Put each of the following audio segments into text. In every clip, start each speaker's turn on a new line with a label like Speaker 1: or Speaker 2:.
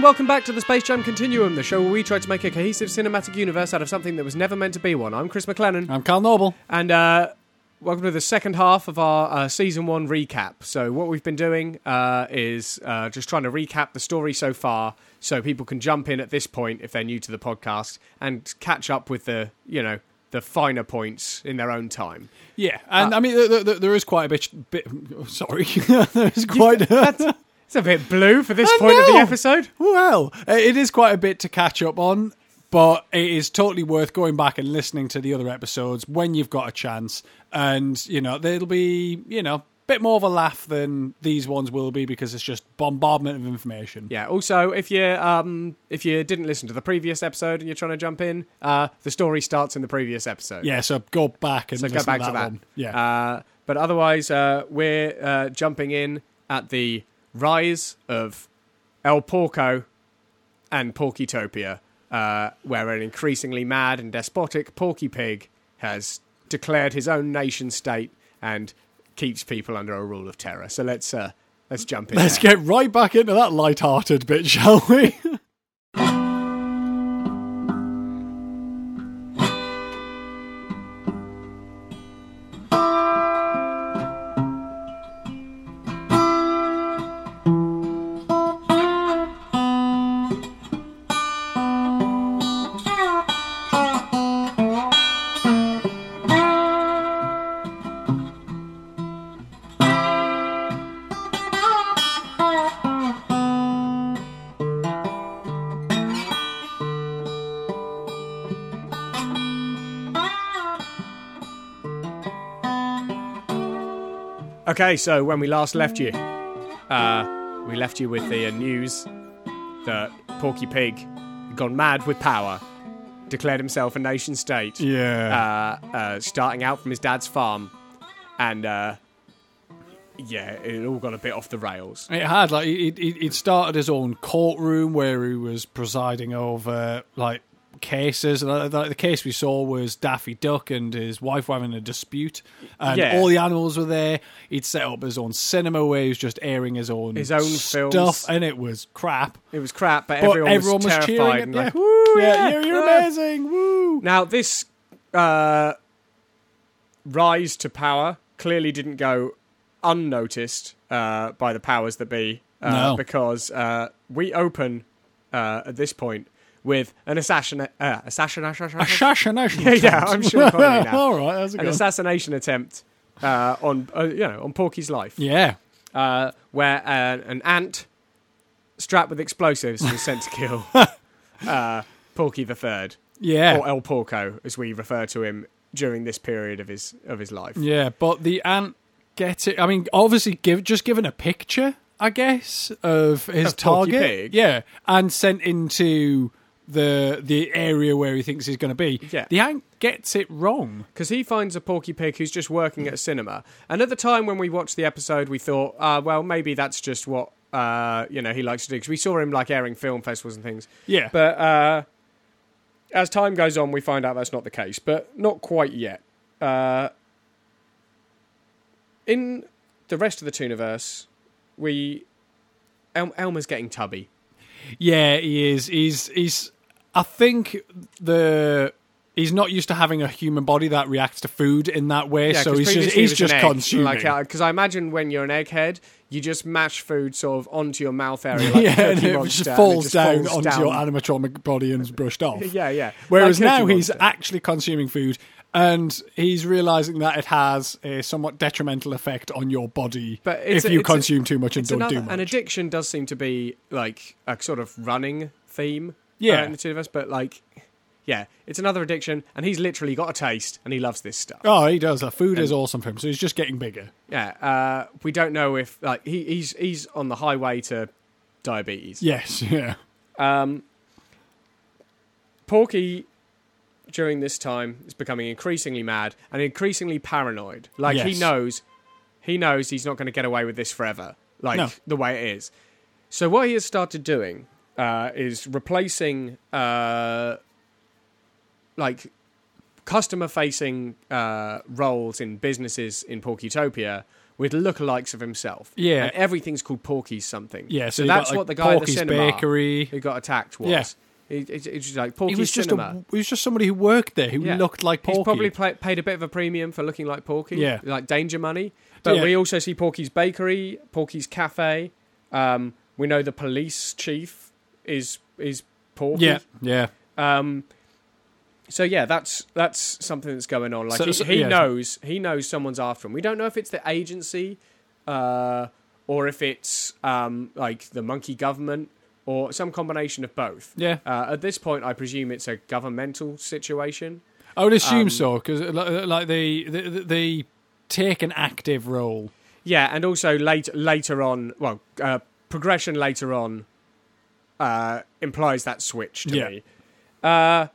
Speaker 1: welcome back to the Space Jam Continuum, the show where we try to make a cohesive cinematic universe out of something that was never meant to be one. I'm Chris McLennan,
Speaker 2: I'm Carl Noble.
Speaker 1: and uh, welcome to the second half of our uh, season one recap. So, what we've been doing uh, is uh, just trying to recap the story so far, so people can jump in at this point if they're new to the podcast and catch up with the, you know, the finer points in their own time.
Speaker 2: Yeah,
Speaker 1: Ah.
Speaker 2: and I mean th- th- th- there is quite a bit. bit sorry, there is quite.
Speaker 1: It's a bit blue for this
Speaker 2: I
Speaker 1: point of the
Speaker 2: know.
Speaker 1: episode.
Speaker 2: well, it is quite a bit to catch up on, but it is totally worth going back and listening to the other episodes when you've got a chance. And you know, there'll be you know a bit more of a laugh than these ones will be because it's just bombardment of information.
Speaker 1: Yeah. Also, if you um if you didn't listen to the previous episode and you're trying to jump in, uh, the story starts in the previous episode.
Speaker 2: Yeah, so go back and
Speaker 1: So
Speaker 2: listen
Speaker 1: go back to that.
Speaker 2: one. Yeah,
Speaker 1: Uh, but otherwise, uh, we're uh, jumping in at the rise of El Porco and Porkytopia, uh, where an increasingly mad and despotic Porky Pig has declared his own nation state and keeps people under a rule of terror. So let's uh, let's jump in.
Speaker 2: let's
Speaker 1: there.
Speaker 2: get right back into that light-hearted bit, shall we?
Speaker 1: Okay, so when we last left you, uh, we left you with the uh, news that Porky Pig had gone mad with power, declared himself a nation state,
Speaker 2: yeah.
Speaker 1: uh, uh, starting out from his dad's farm, and uh, yeah, it all got a bit off the rails.
Speaker 2: It had like it, it, it started his own courtroom where he was presiding over like cases. Like, like, the case we saw was Daffy Duck and his wife were having a dispute, and
Speaker 1: Yeah.
Speaker 2: all the animals were there. He'd set up his own cinema where he was just airing his own
Speaker 1: His own
Speaker 2: stuff,
Speaker 1: films.
Speaker 2: and it was crap.
Speaker 1: It was crap, but,
Speaker 2: But
Speaker 1: everyone, was
Speaker 2: cheering.
Speaker 1: terrified
Speaker 2: it.
Speaker 1: and
Speaker 2: yeah.
Speaker 1: like,
Speaker 2: Woo, yeah, you're, you're
Speaker 1: yeah."
Speaker 2: amazing. Woo.
Speaker 1: Now, this uh, rise to power clearly didn't go unnoticed uh, by the powers that be, uh,
Speaker 2: No.
Speaker 1: because uh, we open uh, at this point with an assassin, uh, assassin,
Speaker 2: Ah,
Speaker 1: assassin,
Speaker 2: Assassination.
Speaker 1: yeah, I'm sure I'm calling it now.
Speaker 2: All right, that's a
Speaker 1: an
Speaker 2: good. one.
Speaker 1: assassination attempt uh, on uh, you know on Porky's life,
Speaker 2: yeah.
Speaker 1: uh, where uh, an ant strapped with explosives was sent to kill uh, Porky the Third
Speaker 2: Yeah.
Speaker 1: or El Porco, as we refer to him during this period of his of his life.
Speaker 2: Yeah, but the ant gets it. I mean, obviously, give just given a picture, I guess, of his
Speaker 1: Of Porky
Speaker 2: target.
Speaker 1: Pig?
Speaker 2: Yeah, and sent into the the area where he thinks he's going to be.
Speaker 1: Yeah.
Speaker 2: the ant gets it wrong.
Speaker 1: Because he finds a porky pig who's just working at a cinema. And at the time when we watched the episode, we thought, uh, well, maybe that's just what uh, you know he likes to do. Because we saw him like airing film festivals and things.
Speaker 2: Yeah,
Speaker 1: But uh, as time goes on, we find out that's not the case, but not quite yet. Uh, in the rest of the Tooniverse, we El- Elmer's getting tubby.
Speaker 2: yeah, he is. He's he's. I think the. He's not used to having a human body that reacts to food in that way, so
Speaker 1: 'cause
Speaker 2: he's just
Speaker 1: previously it
Speaker 2: he's
Speaker 1: was
Speaker 2: just
Speaker 1: an egg,
Speaker 2: consuming.
Speaker 1: Like, because I imagine when you're an egghead, you just mash food sort of onto your mouth area, like
Speaker 2: yeah,
Speaker 1: a
Speaker 2: and
Speaker 1: cookie
Speaker 2: it
Speaker 1: monster,
Speaker 2: just
Speaker 1: and
Speaker 2: falls down
Speaker 1: falls
Speaker 2: onto your animatronic body and is brushed off.
Speaker 1: Yeah, yeah.
Speaker 2: Whereas
Speaker 1: Like
Speaker 2: now
Speaker 1: Cookie
Speaker 2: he's
Speaker 1: Monster.
Speaker 2: actually consuming food and he's realizing that it has a somewhat detrimental effect on your body
Speaker 1: But it's
Speaker 2: if
Speaker 1: a-
Speaker 2: you
Speaker 1: it's a-
Speaker 2: consume too much and
Speaker 1: It's
Speaker 2: don't
Speaker 1: another,
Speaker 2: do much.
Speaker 1: An addiction does seem to be like a sort of running theme.
Speaker 2: Yeah.
Speaker 1: uh, in the two of us, but like, yeah, it's another addiction, and he's literally got a taste, and he loves this stuff.
Speaker 2: oh, he does. The food is awesome for him, so he's just getting bigger.
Speaker 1: Yeah, uh, we don't know if like he, he's he's on the highway to diabetes.
Speaker 2: Yes, yeah.
Speaker 1: Um, Porky, during this time, is becoming increasingly mad and increasingly paranoid. Like he
Speaker 2: Yes.
Speaker 1: knows, he knows he's not going to get away with this forever. Like
Speaker 2: No.
Speaker 1: the way it is. So what he has started doing uh, is replacing, uh, like, customer-facing uh, roles in businesses in Porkytopia with lookalikes of himself.
Speaker 2: Yeah.
Speaker 1: and everything's called Porky's something.
Speaker 2: Yeah, so
Speaker 1: so
Speaker 2: you
Speaker 1: that's
Speaker 2: got, like,
Speaker 1: what the guy at the
Speaker 2: Porky's
Speaker 1: cinema
Speaker 2: Bakery.
Speaker 1: who got attacked was.
Speaker 2: Yeah.
Speaker 1: It- it's- it's just like
Speaker 2: He
Speaker 1: Porky's
Speaker 2: was just
Speaker 1: cinema.
Speaker 2: a, he was just somebody who worked there who
Speaker 1: Yeah.
Speaker 2: looked like Porky.
Speaker 1: He's probably pla paid a bit of a premium for looking like Porky.
Speaker 2: Yeah.
Speaker 1: Like danger money. But
Speaker 2: Yeah.
Speaker 1: we also see Porky's bakery, Porky's cafe. Um, we know the police chief is is Porky.
Speaker 2: yeah, yeah.
Speaker 1: Um, so yeah, that's that's something that's going on. Like
Speaker 2: So-
Speaker 1: he,
Speaker 2: so-
Speaker 1: he
Speaker 2: yeah.
Speaker 1: knows he knows someone's after him. We don't know if it's the agency, uh, or if it's um, like the monkey government, or some combination of both.
Speaker 2: Yeah.
Speaker 1: Uh, at this point, I presume it's a governmental situation.
Speaker 2: I would assume
Speaker 1: Um,
Speaker 2: so because uh, like they, they they take an active role.
Speaker 1: Yeah, and also later later on, well, uh, progression later on uh, implies that switch to
Speaker 2: Yeah.
Speaker 1: me. Uh,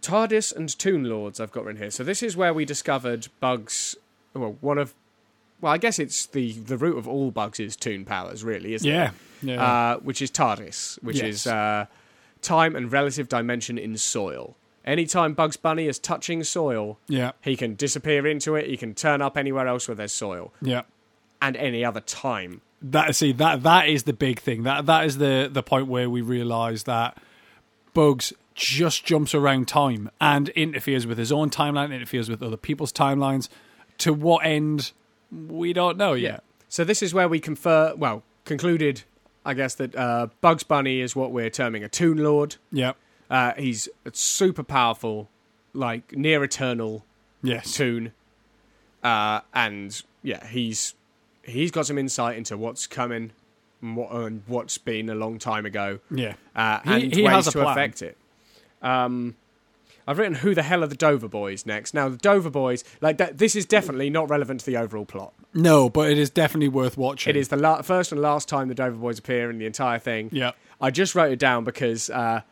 Speaker 1: TARDIS and Toon Lords, I've got written here. So this is where we discovered Bugs. Well, one of, well, I guess it's the the root of all Bugs is Toon powers, really, isn't it?
Speaker 2: Yeah, yeah.
Speaker 1: Uh, which is TARDIS, which
Speaker 2: Yes.
Speaker 1: is uh, time and relative dimension in soil. Anytime Bugs Bunny is touching soil,
Speaker 2: Yeah,
Speaker 1: he can disappear into it. He can turn up anywhere else where there's soil
Speaker 2: yeah.
Speaker 1: and any other time.
Speaker 2: That see that that is the big thing. That that is the the point where we realise that Bugs just jumps around time and interferes with his own timeline, interferes with other people's timelines. To what end? We don't know yet.
Speaker 1: So this is where we confer. Well, concluded, I guess that uh, Bugs Bunny is what we're terming a Toon Lord.
Speaker 2: Yeah.
Speaker 1: Uh, he's super powerful, like near eternal
Speaker 2: Yes.
Speaker 1: Toon, uh, and yeah, he's he's got some insight into what's coming, and, what, and what's been a long time ago.
Speaker 2: Yeah.
Speaker 1: uh,
Speaker 2: He-
Speaker 1: and
Speaker 2: he
Speaker 1: ways
Speaker 2: has a
Speaker 1: to
Speaker 2: plan.
Speaker 1: affect it. Um, I've written who the hell are the Dover Boys next. Now the Dover Boys, like that, this is definitely not relevant to the overall plot.
Speaker 2: No, but it is definitely worth watching.
Speaker 1: It is the la- first and last time the Dover Boys appear in the entire thing.
Speaker 2: Yeah.
Speaker 1: I just wrote it down because uh,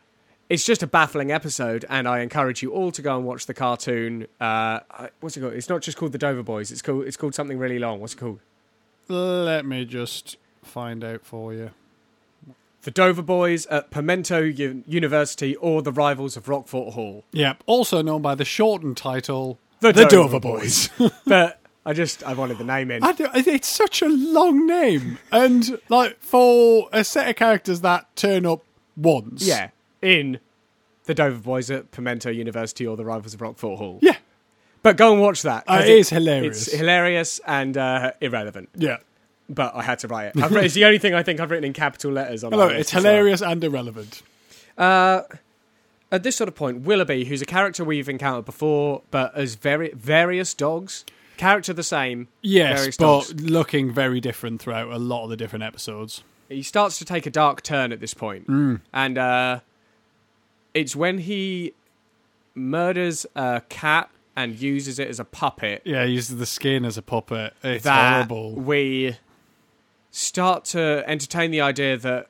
Speaker 1: it's just a baffling episode, and I encourage you all to go and watch the cartoon. Uh, I- what's it called? It's not just called the Dover Boys. It's called it's called something really long. What's it called?
Speaker 2: Let me just find out for you.
Speaker 1: The Dover Boys at Pimento U- University or the Rivals of Rockfort Hall.
Speaker 2: Yep. Also known by the shortened title
Speaker 1: The Dover
Speaker 2: Boys.
Speaker 1: But I just I wanted the name in.
Speaker 2: I don't- it's such a long name, and like for a set of characters that turn up once.
Speaker 1: Yeah, in the Dover Boys at Pimento University or the Rivals of Rockfort Hall.
Speaker 2: Yeah.
Speaker 1: But go and watch that. 'cause
Speaker 2: Uh, it is hilarious.
Speaker 1: It's hilarious and uh, irrelevant.
Speaker 2: Yeah.
Speaker 1: But I had to write it. I've written, it's the only thing I think I've written in capital letters on. my
Speaker 2: Hello.
Speaker 1: list
Speaker 2: It's
Speaker 1: as well.
Speaker 2: hilarious and irrelevant.
Speaker 1: At this sort of point, Willoughby, who's a character we've encountered before, but as very various dogs, character the same.
Speaker 2: Yes,
Speaker 1: various
Speaker 2: but
Speaker 1: dogs,
Speaker 2: looking very different throughout a lot of the different episodes.
Speaker 1: he starts to take a dark turn at this point,
Speaker 2: Mm.
Speaker 1: and uh, it's when he murders a cat and uses it as a puppet
Speaker 2: Yeah, he uses the skin as a puppet. It's
Speaker 1: that
Speaker 2: horrible.
Speaker 1: we start to entertain the idea that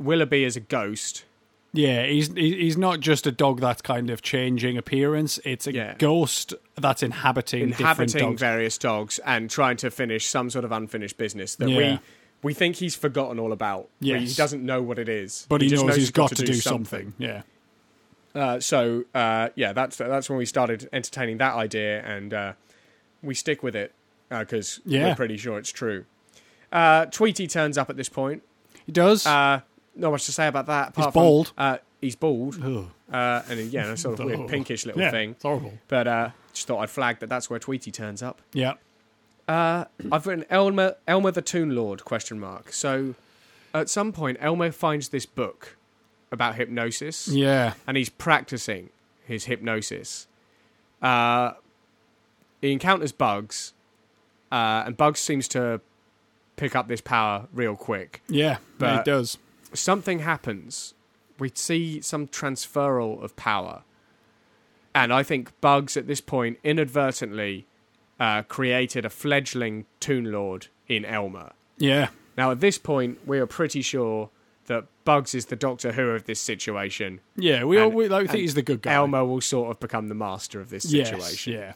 Speaker 1: Willoughby is a ghost.
Speaker 2: Yeah, he's he- he's not just a dog that's kind of changing appearance. It's a
Speaker 1: Yeah.
Speaker 2: ghost that's inhabiting,
Speaker 1: inhabiting
Speaker 2: different dogs.
Speaker 1: various dogs and trying to finish some sort of unfinished business that
Speaker 2: Yeah.
Speaker 1: we we think he's forgotten all about. We-
Speaker 2: Yes.
Speaker 1: he doesn't know what it is,
Speaker 2: but he,
Speaker 1: just
Speaker 2: knows, he's got, to, do,
Speaker 1: something.
Speaker 2: something. Yeah.
Speaker 1: Uh, so uh, yeah, that's that's when we started entertaining that idea, and uh, we stick with it because
Speaker 2: Yeah.
Speaker 1: we're pretty sure it's true. Uh, Tweety turns up at this point.
Speaker 2: He does.
Speaker 1: Uh, not much to say about that. Apart from,
Speaker 2: bald.
Speaker 1: uh, he's bald,
Speaker 2: Ugh.
Speaker 1: uh, and yeah, and a sort of weird pinkish little
Speaker 2: Yeah,
Speaker 1: thing.
Speaker 2: It's horrible.
Speaker 1: But uh, just thought I'd flag that that's where Tweety turns up.
Speaker 2: Yeah.
Speaker 1: Uh, I've written Elmer, Elmer the Toon Lord question mark. So, at some point, Elmer finds this book about hypnosis,
Speaker 2: Yeah.
Speaker 1: and he's practicing his hypnosis. Uh, he encounters Bugs, uh, and Bugs seems to pick up this power real quick.
Speaker 2: Yeah.
Speaker 1: But-
Speaker 2: it does.
Speaker 1: Something happens. We see some transferal of power, and I think Bugs at this point inadvertently uh, created a fledgling Toon Lord in Elmer.
Speaker 2: Yeah.
Speaker 1: Now, at this point, we are pretty sure that Bugs is the Doctor Who of this situation.
Speaker 2: Yeah. We, all,
Speaker 1: And-
Speaker 2: we like, think
Speaker 1: and
Speaker 2: he's the good guy.
Speaker 1: Elmer will sort of become the master of this
Speaker 2: Yes,
Speaker 1: situation.
Speaker 2: yeah.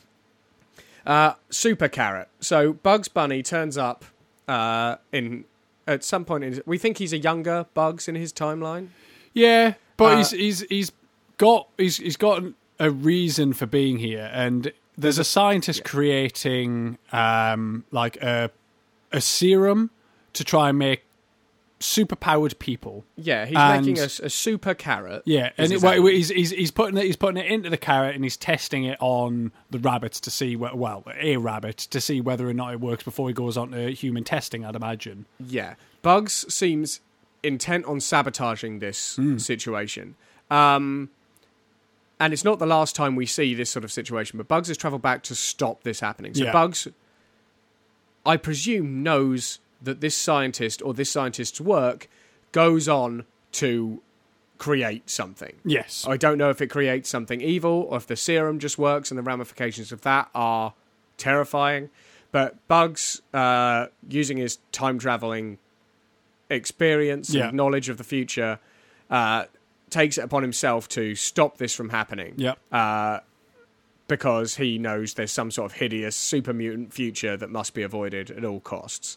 Speaker 1: Uh, Super Carrot. So Bugs Bunny turns up uh, in at some point. In, we think he's a younger Bugs in his timeline.
Speaker 2: Yeah. But
Speaker 1: Uh,
Speaker 2: he's he's he's got he's he's got a reason for being here and there's a scientist creating um, like a a serum to try and make superpowered people.
Speaker 1: Yeah, he's
Speaker 2: And-
Speaker 1: making a, s- a super carrot.
Speaker 2: Yeah,
Speaker 1: is
Speaker 2: and it,
Speaker 1: his
Speaker 2: well,
Speaker 1: aim.
Speaker 2: he's, he's he's putting it he's putting it into the carrot and he's testing it on the rabbits to see whe- well a rabbit to see whether or not it works before he goes on to human testing. I'd imagine.
Speaker 1: Yeah. Bugs seems intent on sabotaging this
Speaker 2: Hmm.
Speaker 1: situation. Um, and it's not the last time we see this sort of situation, but Bugs has travelled back to stop this happening. So
Speaker 2: Yeah.
Speaker 1: Bugs, I presume, knows that this scientist or this scientist's work goes on to create something.
Speaker 2: Yes.
Speaker 1: I don't know if it creates something evil or if the serum just works and the ramifications of that are terrifying. But Bugs, uh, using his time traveling experience
Speaker 2: Yeah.
Speaker 1: and knowledge of the future, uh, takes it upon himself to stop this from happening
Speaker 2: Yep.
Speaker 1: because he knows there's some sort of hideous super mutant future that must be avoided at all costs.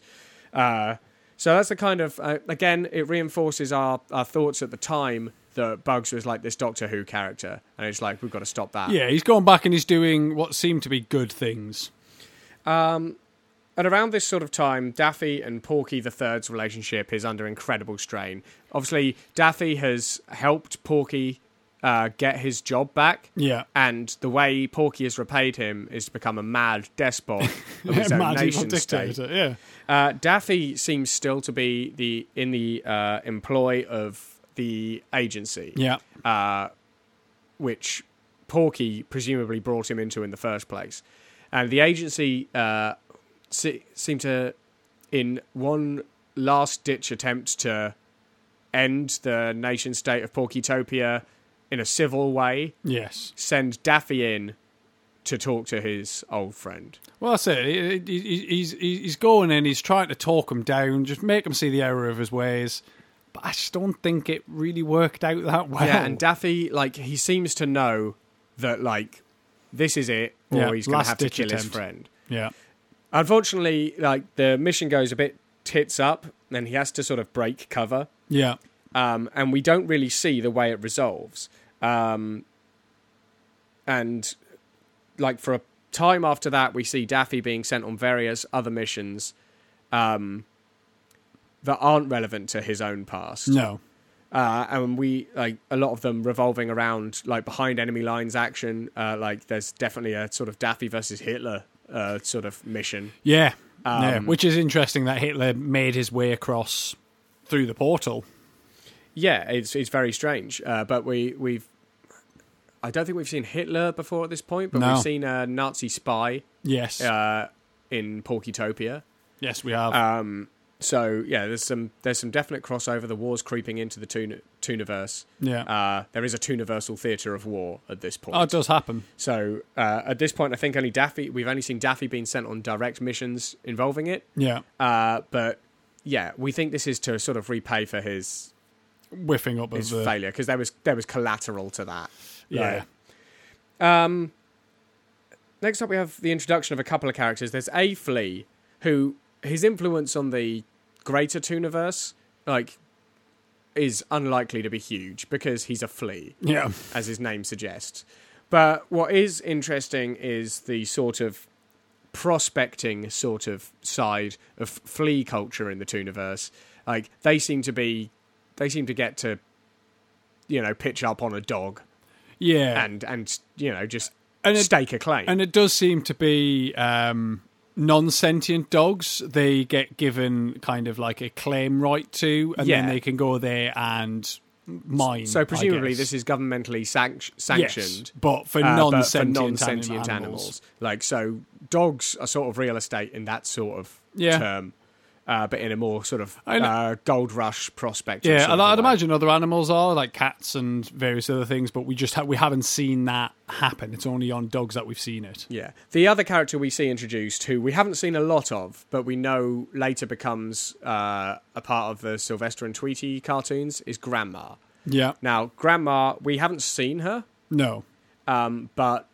Speaker 1: Uh, so that's the kind of uh, again, it reinforces our, our thoughts at the time that Bugs was like this Doctor Who character, and it's like we've got to stop that.
Speaker 2: yeah, he's going back and he's doing what seem to be good things.
Speaker 1: And around this sort of time, Daffy and Porky the Third's relationship is under incredible strain. Obviously, Daffy has helped Porky uh, get his job back.
Speaker 2: Yeah.
Speaker 1: And the way Porky has repaid him is to become a mad despot of his own
Speaker 2: Mad evil
Speaker 1: nation state.
Speaker 2: dictator, Yeah.
Speaker 1: Uh, Daffy seems still to be the in the uh, employ of the agency,
Speaker 2: Yeah.
Speaker 1: which Porky presumably brought him into in the first place, and the agency uh, se- seemed to, in one last ditch attempt to end the nation state of Porkytopia in a civil way,
Speaker 2: Yes.
Speaker 1: send Daffy in to talk to his old friend.
Speaker 2: Well, that's it. He- he- he- He's he's he's going in. He's trying to talk him down, just make him see the error of his ways. But I just don't think it really worked out that well.
Speaker 1: Yeah, and Daffy, like, he seems to know that, like, this is it, or
Speaker 2: Yeah,
Speaker 1: he's going to have to
Speaker 2: last-ditch
Speaker 1: kill his
Speaker 2: attempt.
Speaker 1: friend.
Speaker 2: yeah,
Speaker 1: Unfortunately, like, the mission goes a bit tits up, and he has to sort of break cover,
Speaker 2: yeah,
Speaker 1: um, and we don't really see the way it resolves. Um, and, like, for a time after that, we see Daffy being sent on various other missions um, that aren't relevant to his own past
Speaker 2: no,
Speaker 1: uh, and we like a lot of them revolving around like behind enemy lines action. Uh, like there's definitely a sort of Daffy versus Hitler uh, sort of mission.
Speaker 2: yeah, yeah.
Speaker 1: Um,
Speaker 2: Which is interesting that Hitler made his way across through the portal.
Speaker 1: Yeah, it's it's very strange, uh, but we we've I don't think we've seen Hitler before at this point, but
Speaker 2: No.
Speaker 1: we've seen a Nazi spy
Speaker 2: Yes,
Speaker 1: uh, in Porkytopia.
Speaker 2: yes, we have.
Speaker 1: Uh, So yeah, there's some there's some definite crossover. The war's creeping into the Toon- Tooniverse.
Speaker 2: yeah,
Speaker 1: Uh, there is a Tooniversal theatre of war at this point.
Speaker 2: oh, it does happen.
Speaker 1: So uh, at this point, I think only Daffy. We've only seen Daffy being sent on direct missions involving it.
Speaker 2: Yeah,
Speaker 1: Uh, but yeah, we think this is to sort of repay for his
Speaker 2: whiffing up of
Speaker 1: his
Speaker 2: the
Speaker 1: failure because there was there was collateral to that.
Speaker 2: yeah,
Speaker 1: Next up, we have the introduction of a couple of characters. There's A Flea, who his influence on the greater Tooniverse like is unlikely to be huge because he's a flea.
Speaker 2: yeah,
Speaker 1: as his name suggests. But what is interesting is the sort of prospecting sort of side of flea culture in the Tooniverse. Like they seem to be, they seem to get to, you know, pitch up on a dog
Speaker 2: yeah.
Speaker 1: and and you know just
Speaker 2: And it-
Speaker 1: stake a claim.
Speaker 2: And it does seem to be um, non sentient dogs. They get given kind of like a claim right to, and
Speaker 1: Yeah.
Speaker 2: then they can go there and mine.
Speaker 1: so presumably this is governmentally sanct- sanctioned.
Speaker 2: but for
Speaker 1: uh,
Speaker 2: non
Speaker 1: but for
Speaker 2: sentient
Speaker 1: non-sentient
Speaker 2: animals.
Speaker 1: Like so, dogs are sort of real estate in that sort of
Speaker 2: Yeah.
Speaker 1: term, uh, but in a more sort of
Speaker 2: I kn-
Speaker 1: uh, gold rush prospect.
Speaker 2: Yeah, and I'd imagine other animals are like cats and various other things, but we just ha- we haven't seen that happen. It's only on dogs that we've seen it.
Speaker 1: Yeah, the other character we see introduced, who we haven't seen a lot of, but we know later becomes uh, a part of the Sylvester and Tweety cartoons, is Grandma.
Speaker 2: Yeah,
Speaker 1: Now, Grandma, we haven't seen her,
Speaker 2: no,
Speaker 1: um, but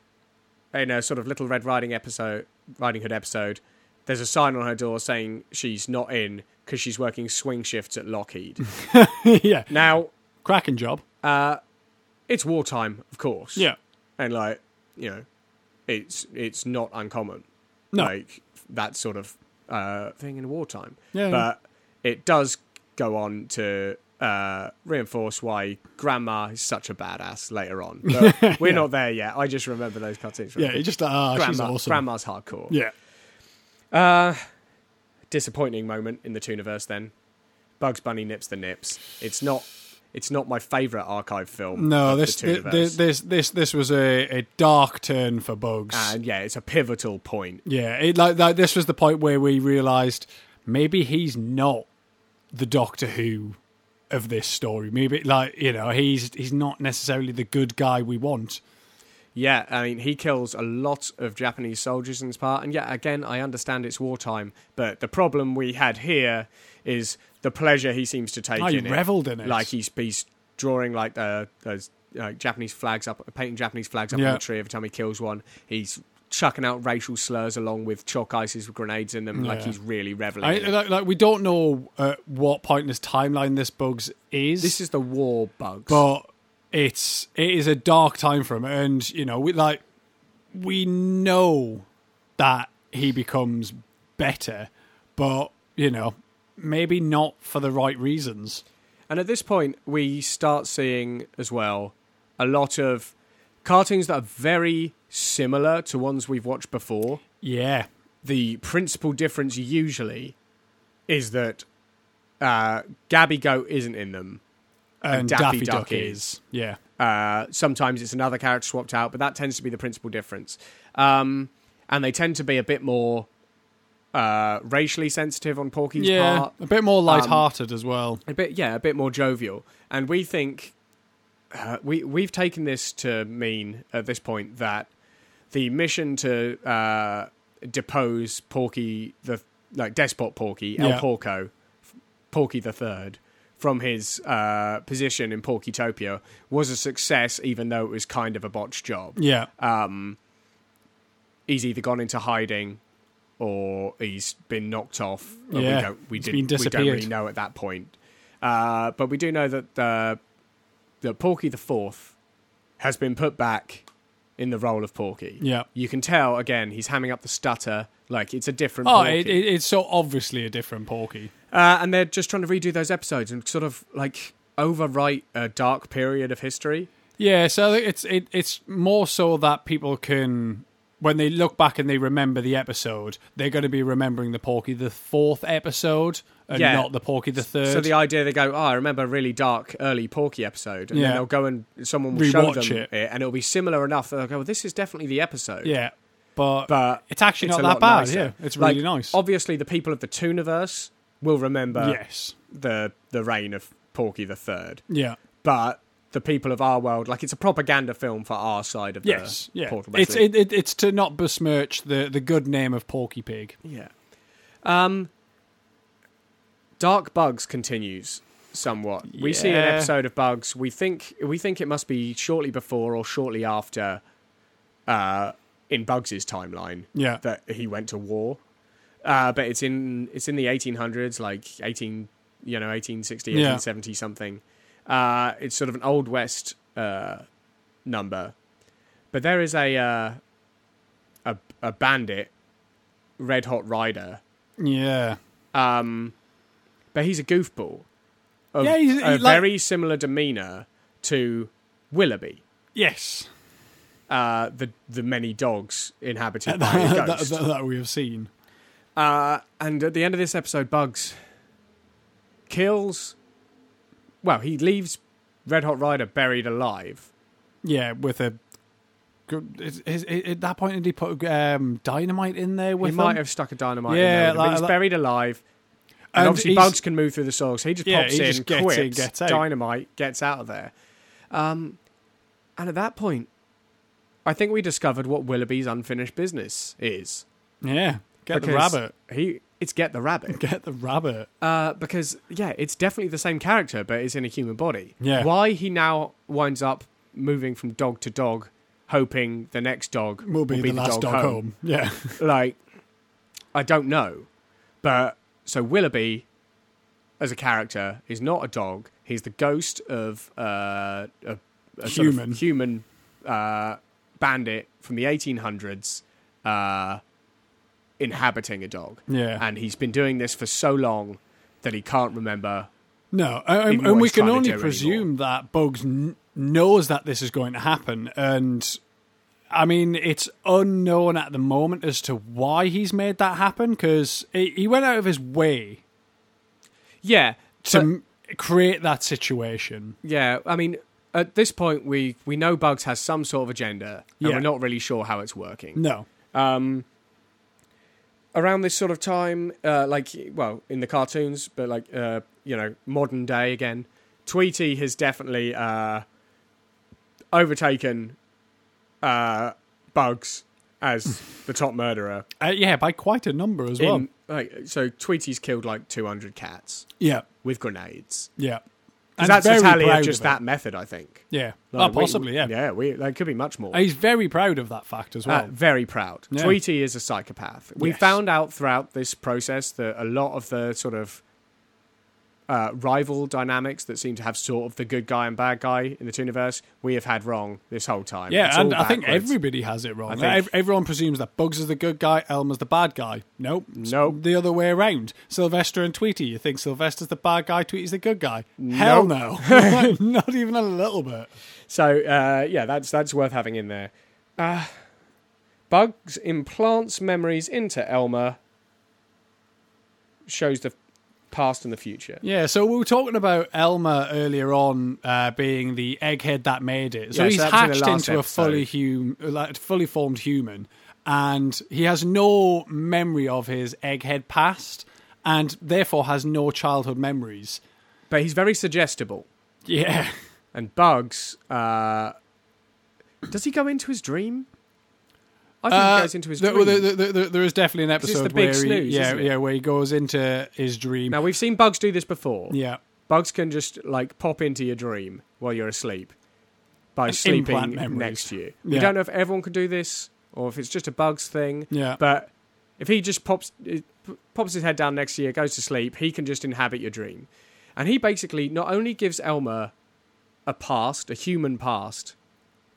Speaker 1: in a sort of Little Red Riding episode, Riding Hood episode, there's a sign on her door saying she's not in because she's working swing shifts at Lockheed.
Speaker 2: yeah,
Speaker 1: now,
Speaker 2: cracking job.
Speaker 1: it's wartime, of course.
Speaker 2: Yeah,
Speaker 1: and like you know, it's it's not uncommon.
Speaker 2: No.
Speaker 1: Like that sort of uh, thing in wartime.
Speaker 2: Yeah, yeah.
Speaker 1: But it does go on to uh, reinforce why grandma is such a badass later on. But we're not there yet. I just remember those cutscenes. from
Speaker 2: Yeah, you just ah, she's
Speaker 1: grandma,
Speaker 2: awesome.
Speaker 1: grandma's hardcore.
Speaker 2: Yeah,
Speaker 1: Disappointing moment in the Tooniverse then. Bugs Bunny nips the nips. It's not it's not my favorite archive film.
Speaker 2: no,
Speaker 1: of
Speaker 2: this
Speaker 1: the
Speaker 2: this,
Speaker 1: Tooniverse.
Speaker 2: this this this was a, a dark turn for Bugs.
Speaker 1: and yeah, it's a pivotal point.
Speaker 2: yeah, it, like, like this was the point where we realised maybe he's not the Doctor Who of this story. Maybe like you know he's he's not necessarily the good guy we want.
Speaker 1: Yeah, I mean, he kills a lot of Japanese soldiers in this part, and yeah, again, I understand it's wartime, but the problem we had here is the pleasure he seems to take
Speaker 2: Oh, he
Speaker 1: in it.
Speaker 2: revelled in it.
Speaker 1: Like he's he's drawing like uh, those uh, Japanese flags up, painting Japanese flags up
Speaker 2: Yeah.
Speaker 1: on the tree every time he kills one. He's chucking out racial slurs along with chalk ices with grenades in them. Like
Speaker 2: Yeah.
Speaker 1: he's really reveling.
Speaker 2: I, uh,
Speaker 1: in it.
Speaker 2: like, like we don't know at what point in this timeline this Bugs is.
Speaker 1: this is the war bugs.
Speaker 2: but it's it is a dark time for him, and you know we like we know that he becomes better, but you know maybe not for the right reasons.
Speaker 1: And at this point, we start seeing as well a lot of cartoons that are very similar to ones we've watched before.
Speaker 2: Yeah,
Speaker 1: The principal difference usually is that uh, Gabby Goat isn't in them.
Speaker 2: and
Speaker 1: Daffy
Speaker 2: Mm, Daffy,
Speaker 1: Duck
Speaker 2: Duck,
Speaker 1: is.
Speaker 2: is. yeah.
Speaker 1: Uh, sometimes it's another character swapped out, but that tends to be the principal difference. Um, and they tend to be a bit more uh, racially sensitive on Porky's
Speaker 2: Yeah,
Speaker 1: part. um,
Speaker 2: a bit more light-hearted as well.
Speaker 1: a bit yeah a bit more jovial and we think uh, we we've taken this to mean at this point that the mission to uh, depose Porky the like despot Porky El
Speaker 2: Yeah.
Speaker 1: Porco Porky the Third from his uh, position in Porkytopia was a success even though it was kind of a botched job
Speaker 2: Yeah,
Speaker 1: uh, he's either gone into hiding or he's been knocked off. Well,
Speaker 2: Yeah,
Speaker 1: we don't, we
Speaker 2: he's
Speaker 1: didn't,
Speaker 2: been
Speaker 1: we don't really
Speaker 2: disappeared.
Speaker 1: know at that point. Uh, but we do know that uh, that Porky the Fourth has been put back in the role of Porky.
Speaker 2: Yeah.
Speaker 1: you can tell again he's hamming up the stutter like it's a different.
Speaker 2: oh,
Speaker 1: Porky.
Speaker 2: it, it, it's so obviously a different Porky.
Speaker 1: Uh, and they're just trying to redo those episodes and sort of like overwrite a dark period of history.
Speaker 2: Yeah, so it's it, it's more so that people can when they look back and they remember the episode, they're going to be remembering the Porky the fourth episode and
Speaker 1: Yeah.
Speaker 2: not the Porky the third.
Speaker 1: So the idea they go, oh, I remember a really dark early Porky episode, and then
Speaker 2: Yeah.
Speaker 1: they'll go and someone will show
Speaker 2: Rewatch
Speaker 1: them
Speaker 2: it.
Speaker 1: and it'll be similar enough that they'll go, well, this is definitely the episode.
Speaker 2: yeah, but
Speaker 1: but
Speaker 2: it's actually
Speaker 1: it's a
Speaker 2: not that
Speaker 1: lot
Speaker 2: bad.
Speaker 1: nicer.
Speaker 2: Yeah, it's
Speaker 1: Like,
Speaker 2: really nice.
Speaker 1: Obviously, the people of the Tooniverse will remember
Speaker 2: yes,
Speaker 1: the the reign of Porky the Third,
Speaker 2: yeah,
Speaker 1: but the people of our world, like it's a propaganda film for our side of
Speaker 2: yes,
Speaker 1: the
Speaker 2: yeah.
Speaker 1: portal.
Speaker 2: It's it, it, it's to not besmirch the the good name of Porky Pig.
Speaker 1: Yeah. Um, Dark Bugs continues somewhat. We see an
Speaker 2: Yeah.
Speaker 1: episode of Bugs. We think we think it must be shortly before or shortly after, uh, in Bugs's timeline
Speaker 2: Yeah,
Speaker 1: that he went to war. Uh, but it's in it's in the 1800s, like 18, you know, 1860,
Speaker 2: Yeah.
Speaker 1: 1870 something. Uh, it's sort of an old west uh, number, but there is a uh, a a bandit, Red Hot Rider,
Speaker 2: yeah,
Speaker 1: um, but he's a goofball. Of
Speaker 2: Yeah, he's-
Speaker 1: a
Speaker 2: he like-
Speaker 1: very similar demeanor to Willoughby,
Speaker 2: yes.
Speaker 1: uh, the the many dogs inhabited by a
Speaker 2: that,
Speaker 1: ghost.
Speaker 2: that, that we have seen.
Speaker 1: Uh, and at the end of this episode, Bugs kills. Well, he leaves Red Hot Rider buried alive.
Speaker 2: Yeah, with a. gr- Is, is, is, at that point, did he put um, dynamite in there with
Speaker 1: he
Speaker 2: him?
Speaker 1: might have stuck a dynamite in
Speaker 2: Yeah,
Speaker 1: there, with him, but
Speaker 2: like-
Speaker 1: he's
Speaker 2: like-
Speaker 1: buried alive. And,
Speaker 2: And
Speaker 1: obviously,
Speaker 2: he's-
Speaker 1: Bugs can move through the soil, so he just
Speaker 2: Yeah,
Speaker 1: pops
Speaker 2: he
Speaker 1: in,
Speaker 2: just gets in,
Speaker 1: quips,
Speaker 2: gets out.
Speaker 1: dynamite, gets out of there. Um, and at that point, I think we discovered what Willoughby's unfinished business is.
Speaker 2: Yeah, get the
Speaker 1: Because
Speaker 2: rabbit.
Speaker 1: He, it's get the rabbit.
Speaker 2: Get the rabbit.
Speaker 1: Uh, because yeah, it's definitely the same character, but it's in a human body.
Speaker 2: Yeah.
Speaker 1: Why he now winds up moving from dog to dog, hoping the next dog
Speaker 2: Will be, the, last dog, home. Yeah,
Speaker 1: Like, I don't know, but so Willoughby, as a character, is not a dog. He's the ghost of uh, a, a sort of
Speaker 2: Human.
Speaker 1: human uh, bandit from the 1800s uh, inhabiting a dog.
Speaker 2: Yeah.
Speaker 1: And he's been doing this for so long that he can't remember.
Speaker 2: No, and,
Speaker 1: Even
Speaker 2: and
Speaker 1: what
Speaker 2: we
Speaker 1: he's
Speaker 2: can
Speaker 1: trying to
Speaker 2: only
Speaker 1: do
Speaker 2: presume that Bugs n- knows that this is going to happen, and I mean it's unknown at the moment as to why he's made that happen because he he went out of his way
Speaker 1: Yeah.
Speaker 2: to m create that situation.
Speaker 1: Yeah, I mean, at this point, we, we know Bugs has some sort of agenda, and
Speaker 2: Yeah.
Speaker 1: we're not really sure how it's working.
Speaker 2: No,
Speaker 1: Around this sort of time, uh, like, well, in the cartoons, but like, uh, you know, modern day again, Tweety has definitely uh, overtaken uh, Bugs as the top murderer.
Speaker 2: uh, yeah, by quite a number as well.
Speaker 1: In, like, so Tweety's killed like 200 cats
Speaker 2: yeah,
Speaker 1: with grenades.
Speaker 2: yeah,
Speaker 1: 'Cause
Speaker 2: And
Speaker 1: that's
Speaker 2: very
Speaker 1: Italia,
Speaker 2: proud
Speaker 1: just
Speaker 2: of it.
Speaker 1: that method, I think.
Speaker 2: Yeah,
Speaker 1: Like,
Speaker 2: oh,
Speaker 1: we-
Speaker 2: possibly. yeah,
Speaker 1: Yeah, we, that could be much more.
Speaker 2: And he's very proud of that fact as well.
Speaker 1: Uh, very proud.
Speaker 2: Yeah.
Speaker 1: Tweety is a psychopath. We
Speaker 2: Yes.
Speaker 1: found out throughout this process that a lot of the sort of uh, rival dynamics that seem to have sort of the good guy and bad guy in the universe, we have had wrong this whole time. It's
Speaker 2: yeah, and
Speaker 1: all
Speaker 2: I think
Speaker 1: backwards.
Speaker 2: everybody has it wrong.
Speaker 1: I think-
Speaker 2: Ev- Everyone presumes that Bugs is the good guy, Elmer's the bad guy. Nope. It's
Speaker 1: Nope.
Speaker 2: The other way around. Sylvester and Tweety. You think Sylvester's the bad guy, Tweety's the good guy? Hell no. Not even a little bit.
Speaker 1: So uh, yeah, that's that's worth having in there. Uh, Bugs implants memories into Elmer. Shows the past and the future.
Speaker 2: Yeah, so we were talking about Elmer earlier on uh, being the egghead that made it. So
Speaker 1: Yeah, so
Speaker 2: he's
Speaker 1: that was in the
Speaker 2: hatched
Speaker 1: last
Speaker 2: into a fully hum- like, fully formed human, and he has no memory of his egghead past, and therefore has no childhood memories.
Speaker 1: But he's very suggestible.
Speaker 2: Yeah.
Speaker 1: And Bugs, uh, does he go into his dream? I think
Speaker 2: Uh,
Speaker 1: he goes into his
Speaker 2: there,
Speaker 1: dream.
Speaker 2: there- there- there- there is definitely an
Speaker 1: it's
Speaker 2: episode
Speaker 1: the big
Speaker 2: where he,
Speaker 1: snooze,
Speaker 2: yeah,
Speaker 1: isn't it?
Speaker 2: yeah, where he goes into his dream.
Speaker 1: now we've seen Bugs do this before.
Speaker 2: yeah,
Speaker 1: Bugs can just like pop into your dream while you're asleep by
Speaker 2: implant
Speaker 1: sleeping
Speaker 2: memories.
Speaker 1: next to you. We
Speaker 2: Yeah.
Speaker 1: don't know if everyone can do this or if it's just a Bugs thing.
Speaker 2: yeah,
Speaker 1: But if he just pops it p- pops his head down next to you, goes to sleep, he can just inhabit your dream. And he basically not only gives Elmer a past, a human past,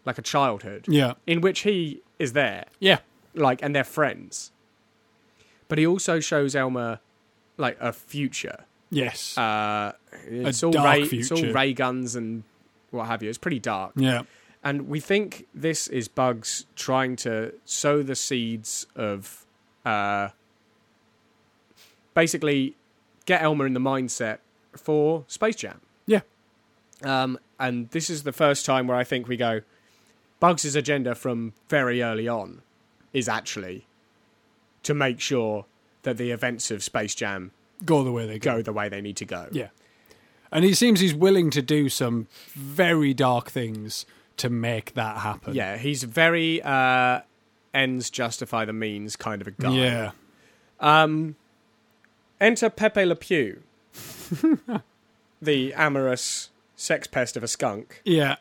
Speaker 1: like a childhood,
Speaker 2: yeah,
Speaker 1: in which he is there,
Speaker 2: yeah,
Speaker 1: like, and they're friends. But he also shows Elmer like a future.
Speaker 2: yes,
Speaker 1: Uh, it's
Speaker 2: A
Speaker 1: all
Speaker 2: dark
Speaker 1: ray, it's all
Speaker 2: future.
Speaker 1: ray guns and what have you. It's pretty dark,
Speaker 2: yeah,
Speaker 1: and we think this is Bugs trying to sow the seeds of, uh, basically, get Elmer in the mindset for Space Jam.
Speaker 2: yeah,
Speaker 1: Um, and this is the first time where I think we go, Bugs' agenda from very early on is actually to make sure that the events of Space Jam
Speaker 2: go the way they go.
Speaker 1: go the way they need to go.
Speaker 2: Yeah, and he seems he's willing to do some very dark things to make that happen.
Speaker 1: Yeah, he's very uh, ends justify the means kind of a guy.
Speaker 2: yeah,
Speaker 1: Enter Pepe Le Pew, the amorous sex pest of a skunk,
Speaker 2: yeah,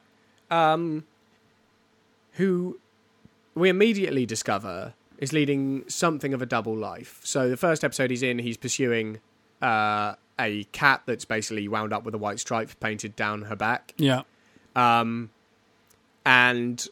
Speaker 1: who we immediately discover is leading something of a double life. So the first episode he's in, he's pursuing uh, a cat that's basically wound up with a white stripe painted down her back,
Speaker 2: yeah.
Speaker 1: and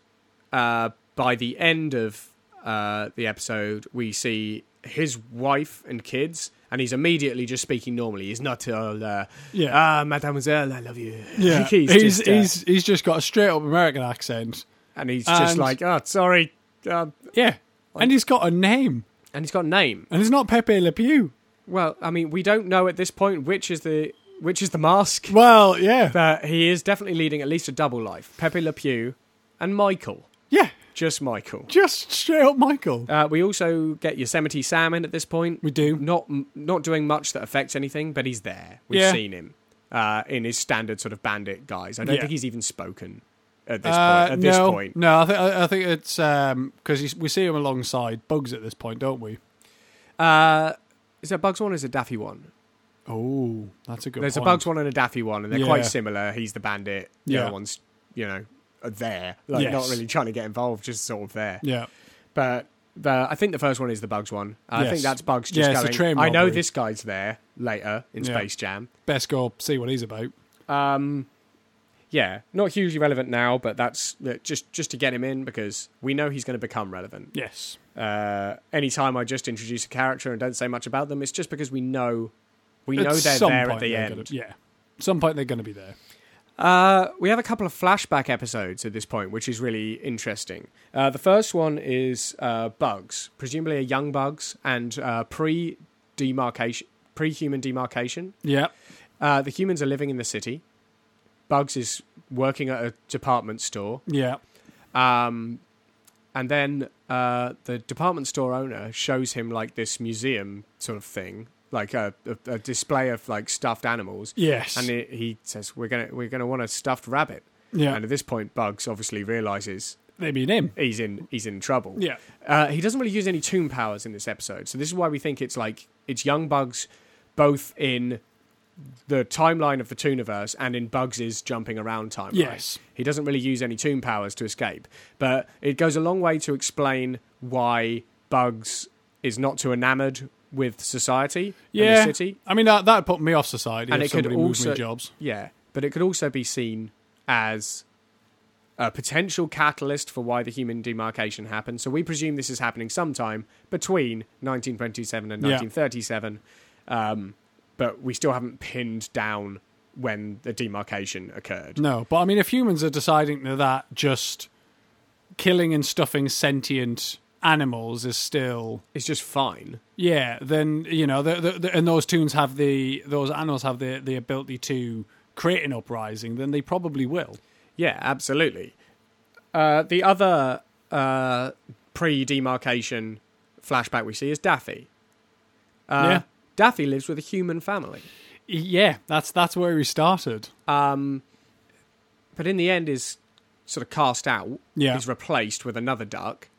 Speaker 1: uh, by the end of uh, the episode, we see his wife and kids, and he's immediately just speaking normally. He's not all, uh,
Speaker 2: Yeah.
Speaker 1: ah, mademoiselle, I love you.
Speaker 2: Yeah,
Speaker 1: he's,
Speaker 2: he's
Speaker 1: just, uh,
Speaker 2: he's he's just got a straight up American accent.
Speaker 1: and he's just
Speaker 2: and-
Speaker 1: like, oh, sorry. Um,
Speaker 2: Yeah, and he's got a name,
Speaker 1: and he's got a name.
Speaker 2: and it's not Pepe Le Pew.
Speaker 1: Well, I mean, we don't know at this point which is the which is the mask,
Speaker 2: Well, yeah,
Speaker 1: but he is definitely leading at least a double life. Pepe Le Pew and Michael,
Speaker 2: yeah,
Speaker 1: just Michael.
Speaker 2: just straight up Michael.
Speaker 1: Uh, we also get Yosemite Sam in at this point.
Speaker 2: We do.
Speaker 1: not not doing much that affects anything, but he's there. We've
Speaker 2: Yeah.
Speaker 1: seen him uh, in his standard sort of bandit guise. I don't
Speaker 2: Yeah.
Speaker 1: think he's even spoken at this
Speaker 2: Uh,
Speaker 1: point. At this
Speaker 2: no,
Speaker 1: point,
Speaker 2: no, I think I, I think it's because we see him alongside Bugs at this point, don't we?
Speaker 1: uh, is there a Bugs one or is it a Daffy one?
Speaker 2: Oh, that's a good.
Speaker 1: There's
Speaker 2: point.
Speaker 1: a Bugs one and a Daffy one, and they're
Speaker 2: Yeah.
Speaker 1: quite similar. He's the bandit. The
Speaker 2: Yeah.
Speaker 1: other one's, you know, are there. Like, not
Speaker 2: Yes.
Speaker 1: really trying to get involved, just sort of there.
Speaker 2: Yeah,
Speaker 1: But the, I think the first one is the Bugs one. I think
Speaker 2: Yes.
Speaker 1: that's Bugs just
Speaker 2: Yeah, it's a
Speaker 1: going,
Speaker 2: train
Speaker 1: I know
Speaker 2: robbery."
Speaker 1: this guy's there later in
Speaker 2: Yeah.
Speaker 1: Space Jam.
Speaker 2: best go see what he's about.
Speaker 1: Um, yeah, not hugely relevant now, but that's uh, just just to get him in because we know he's going to become relevant.
Speaker 2: Yes.
Speaker 1: Uh, anytime I just introduce a character and don't say much about them, it's just because we know we
Speaker 2: At
Speaker 1: know they're
Speaker 2: some
Speaker 1: there
Speaker 2: point
Speaker 1: at the
Speaker 2: they're
Speaker 1: end.
Speaker 2: Gonna, yeah. Some point they're going to be there.
Speaker 1: Uh, we have a couple of flashback episodes at this point, which is really interesting. Uh, the first one is uh, Bugs, presumably a young Bugs, and uh, pre demarcation, pre human demarcation.
Speaker 2: Yeah.
Speaker 1: Uh, the humans are living in the city. Bugs is working at a department store.
Speaker 2: Yeah.
Speaker 1: Um, and then uh, the department store owner shows him like this museum sort of thing, like a, a, a display of like stuffed animals.
Speaker 2: Yes.
Speaker 1: And he, he says, "We're gonna we're gonna want a stuffed rabbit."
Speaker 2: yeah.
Speaker 1: And at this point, Bugs obviously realizes
Speaker 2: they mean him.
Speaker 1: he's in he's in trouble.
Speaker 2: Yeah.
Speaker 1: Uh, he doesn't really use any tomb powers in this episode, so this is why we think it's like it's young Bugs, both in the timeline of the Tooniverse and in Bugs's jumping around timeline.
Speaker 2: Yes.
Speaker 1: he doesn't really use any tomb powers to escape, but it goes a long way to explain why Bugs is not too enamored with society and
Speaker 2: Yeah.
Speaker 1: the city.
Speaker 2: I mean, that that put me off society.
Speaker 1: And
Speaker 2: if
Speaker 1: it could
Speaker 2: somebody moved me
Speaker 1: also-
Speaker 2: jobs.
Speaker 1: Yeah, but it could also be seen as a potential catalyst for why the human demarcation happened. So we presume this is happening sometime between 1927 and
Speaker 2: Yeah.
Speaker 1: 1937, um, but we still haven't pinned down when the demarcation occurred.
Speaker 2: No, but I mean, if humans are deciding to that, just killing and stuffing sentient animals is still
Speaker 1: It's just fine.
Speaker 2: yeah. Then you know, the, the, the, and those tunes have the those animals have the the ability to create an uprising. Then they probably will.
Speaker 1: Yeah, absolutely. Uh, the other uh, pre demarcation flashback we see is Daffy. Uh,
Speaker 2: Yeah.
Speaker 1: Daffy lives with a human family.
Speaker 2: Yeah, that's that's where we started.
Speaker 1: um, but in the end is sort of cast out.
Speaker 2: Yeah.
Speaker 1: Is replaced with another duck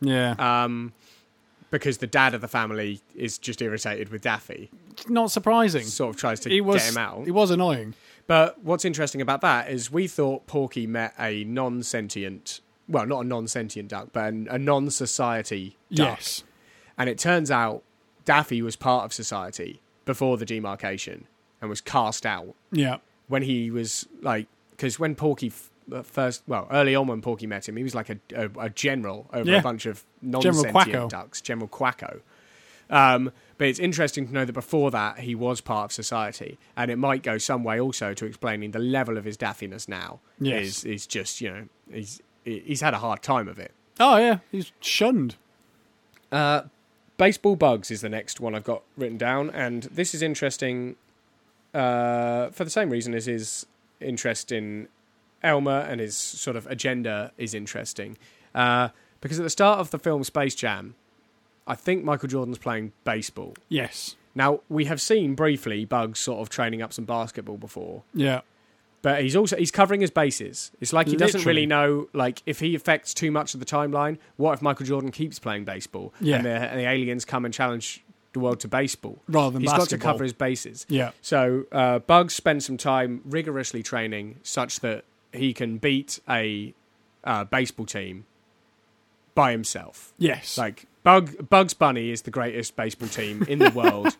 Speaker 2: Yeah,
Speaker 1: um, because the dad of the family is just irritated with Daffy.
Speaker 2: not surprising.
Speaker 1: Sort of tries to
Speaker 2: It was
Speaker 1: get him out.
Speaker 2: it was annoying.
Speaker 1: But what's interesting about that is we thought Porky met a non-sentient, well, not a non-sentient duck, but an, a non-society duck.
Speaker 2: Yes,
Speaker 1: And it turns out Daffy was part of society before the demarcation and was cast out
Speaker 2: yeah,
Speaker 1: when he was like because when Porky f- uh, first well early on when Porky met him he was like a a, a general over
Speaker 2: Yeah.
Speaker 1: a bunch of non-sentient
Speaker 2: Quacko.
Speaker 1: ducks General Quacko um, but it's interesting to know that before that he was part of society and it might go some way also to explaining the level of his daffiness now
Speaker 2: Yes.
Speaker 1: is is just you know he's he's had a hard time of it
Speaker 2: oh yeah, he's shunned.
Speaker 1: Baseball Bugs is the next one I've got written down, and this is interesting uh, for the same reason as his interest in Elmer and his sort of agenda is interesting. Uh, because at the start of the film Space Jam, I think Michael Jordan's playing baseball.
Speaker 2: Yes,
Speaker 1: Now, we have seen briefly Bugs sort of training up some basketball before,
Speaker 2: yeah,
Speaker 1: but he's also he's covering his bases. It's like he doesn't
Speaker 2: Literally.
Speaker 1: really know like if he affects too much of the timeline. What if Michael Jordan keeps playing baseball
Speaker 2: Yeah.
Speaker 1: and, the, and the aliens come and challenge the world to baseball?
Speaker 2: rather than
Speaker 1: He's got to
Speaker 2: basketball.
Speaker 1: cover his bases.
Speaker 2: yeah,
Speaker 1: So uh, Bugs spends some time rigorously training such that he can beat a uh, baseball team by himself.
Speaker 2: yes,
Speaker 1: Like Bug Bugs Bunny is the greatest baseball team in the world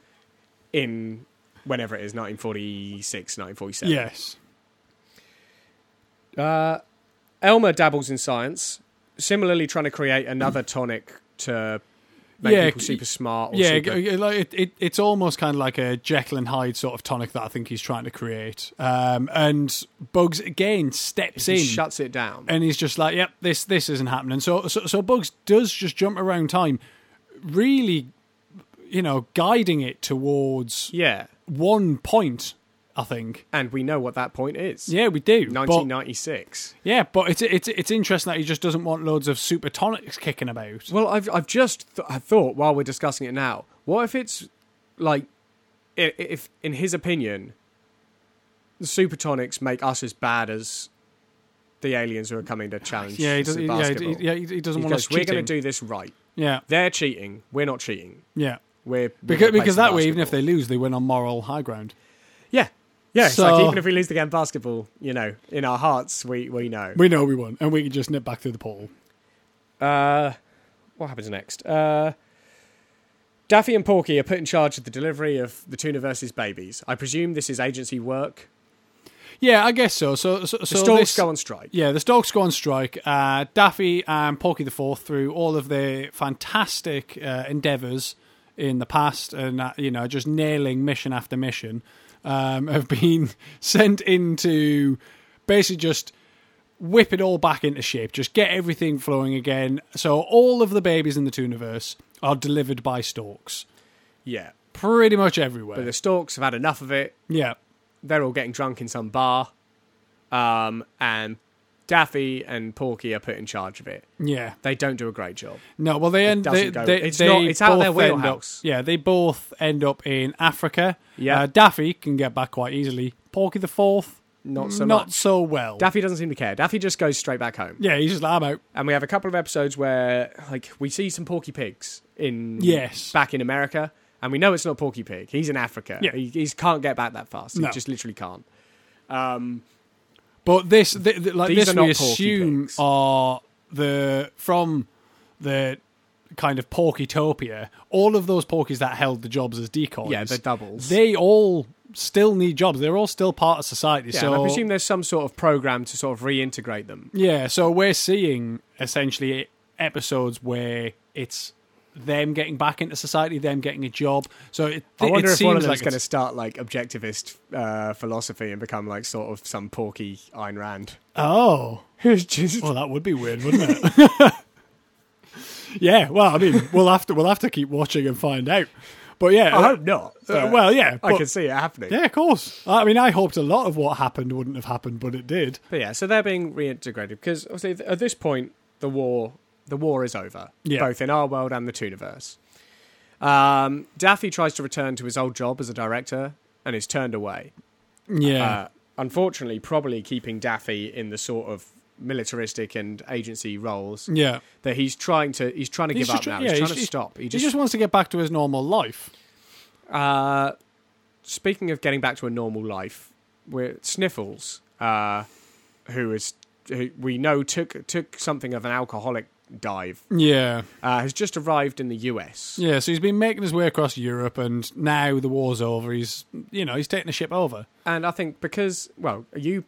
Speaker 1: in whenever it is 1946 1947.
Speaker 2: yes,
Speaker 1: Uh, Elmer dabbles in science, similarly trying to create another tonic to make
Speaker 2: Yeah,
Speaker 1: people
Speaker 2: c-
Speaker 1: super smart. Or
Speaker 2: yeah.
Speaker 1: super-
Speaker 2: g- g- Like it, it, it's almost kind of like a Jekyll and Hyde sort of tonic that I think he's trying to create. Um, and Bugs again steps
Speaker 1: he
Speaker 2: in.
Speaker 1: shuts it down.
Speaker 2: and he's just like, "Yep, this this isn't happening." So so, so Bugs does just jump around time, really, you know, guiding it towards
Speaker 1: yeah,
Speaker 2: one point. I think.
Speaker 1: and we know what that point is.
Speaker 2: Yeah, we do. But,
Speaker 1: 1996.
Speaker 2: yeah, but it's it's it's interesting that he just doesn't want loads of super tonics kicking about.
Speaker 1: Well, I've I've just th- I thought while we're discussing it now, what if it's like i- if in his opinion, the supertonics make us as bad as the aliens who are coming to challenge
Speaker 2: Yeah, he
Speaker 1: us
Speaker 2: doesn't.
Speaker 1: at
Speaker 2: Yeah, he,
Speaker 1: basketball.
Speaker 2: yeah, he he doesn't want us
Speaker 1: because we're
Speaker 2: cheating.
Speaker 1: going to do this right.
Speaker 2: yeah,
Speaker 1: They're cheating. We're not cheating.
Speaker 2: yeah.
Speaker 1: We're
Speaker 2: Because, because that way, even if they lose, they win on moral high ground.
Speaker 1: yeah yeah, it's
Speaker 2: So-
Speaker 1: like even if we lose the game of basketball, you know, in our hearts we we know.
Speaker 2: We know we won, and we can just nip back through the portal.
Speaker 1: Uh, what happens next? Uh, Daffy and Porky are put in charge of the delivery of the Tooniverse's babies. I presume this is agency work.
Speaker 2: Yeah, I guess so. So, so, so
Speaker 1: The Storks
Speaker 2: this-
Speaker 1: go on strike.
Speaker 2: Yeah, the Storks go on strike. Uh, Daffy and Porky the Fourth, through all of their fantastic uh, endeavours in the past, and uh, you know, just nailing mission after mission, um, have been sent into basically just whip it all back into shape. Just get everything flowing again. So all of the babies in the Tooniverse are delivered by Storks,
Speaker 1: Yeah.
Speaker 2: pretty much everywhere.
Speaker 1: But the Storks have had enough of it.
Speaker 2: yeah,
Speaker 1: They're all getting drunk in some bar. Um, and Daffy and Porky are put in charge of it.
Speaker 2: yeah.
Speaker 1: They don't do a great job.
Speaker 2: No, well, they end.
Speaker 1: doesn't
Speaker 2: They,
Speaker 1: go-
Speaker 2: they,
Speaker 1: it's
Speaker 2: they
Speaker 1: not- it's out of their
Speaker 2: both end up-
Speaker 1: wheelhouse.
Speaker 2: yeah, they both end up in Africa.
Speaker 1: Yeah.
Speaker 2: uh, Daffy can get back quite easily. Porky the Fourth,
Speaker 1: Not so
Speaker 2: not
Speaker 1: much.
Speaker 2: so well.
Speaker 1: Daffy doesn't seem to care. Daffy just goes straight back home.
Speaker 2: yeah, he's just like, I'm out.
Speaker 1: And we have a couple of episodes where like we see some Porky Pigs in
Speaker 2: Yes.
Speaker 1: back in America. And we know it's not Porky Pig. He's in Africa.
Speaker 2: Yeah.
Speaker 1: He, he can't get back that fast. He
Speaker 2: No.
Speaker 1: just literally can't.
Speaker 2: But this, th- th- like
Speaker 1: These
Speaker 2: this,
Speaker 1: are not
Speaker 2: we
Speaker 1: Porky
Speaker 2: assume
Speaker 1: Pigs.
Speaker 2: are the from the kind of Porkytopia. All of those Porkies that held the jobs as decoys,
Speaker 1: Yeah, they're doubles.
Speaker 2: They all still need jobs. They're all still part of society.
Speaker 1: Yeah,
Speaker 2: so
Speaker 1: and I presume there's some sort of program to sort of reintegrate them.
Speaker 2: Yeah, so we're seeing essentially episodes where it's them getting back into society, them getting a job. So it,
Speaker 1: I wonder
Speaker 2: it
Speaker 1: if
Speaker 2: seems
Speaker 1: one of them's
Speaker 2: like
Speaker 1: going to
Speaker 2: it's-
Speaker 1: start like objectivist uh, philosophy and become like sort of some porky Ayn Rand.
Speaker 2: oh,
Speaker 1: It's just-
Speaker 2: well, that would be weird, wouldn't it? yeah, well, I mean, we'll have to we'll have to keep watching and find out. But yeah,
Speaker 1: I
Speaker 2: uh,
Speaker 1: hope not.
Speaker 2: uh,
Speaker 1: but
Speaker 2: well, yeah,
Speaker 1: I
Speaker 2: but-
Speaker 1: can see it happening.
Speaker 2: yeah, of course. I mean, I hoped a lot of what happened wouldn't have happened, but it did.
Speaker 1: But yeah, so they're being reintegrated because obviously th- at this point the war the war is over,
Speaker 2: Yeah.
Speaker 1: both in our world and the Tooniverse. Um, Daffy tries to return to his old job as a director and is turned away.
Speaker 2: Yeah,
Speaker 1: Uh, unfortunately, probably keeping Daffy in the sort of militaristic and agency roles
Speaker 2: yeah.
Speaker 1: that he's trying to he's trying to
Speaker 2: He's
Speaker 1: give
Speaker 2: just
Speaker 1: up
Speaker 2: tr-
Speaker 1: now. he's
Speaker 2: yeah, he's
Speaker 1: trying to
Speaker 2: just-
Speaker 1: stop. He
Speaker 2: He
Speaker 1: just,
Speaker 2: just wants to get back to his normal life.
Speaker 1: uh, speaking of getting back to a normal life, we're Sniffles, uh, who is who we know took took something of an alcoholic dive,
Speaker 2: Yeah.
Speaker 1: uh, has just arrived in the US.
Speaker 2: Yeah, so he's been making his way across Europe, and now the war's over. He's, you know, he's taking the ship over.
Speaker 1: And I think because well, you,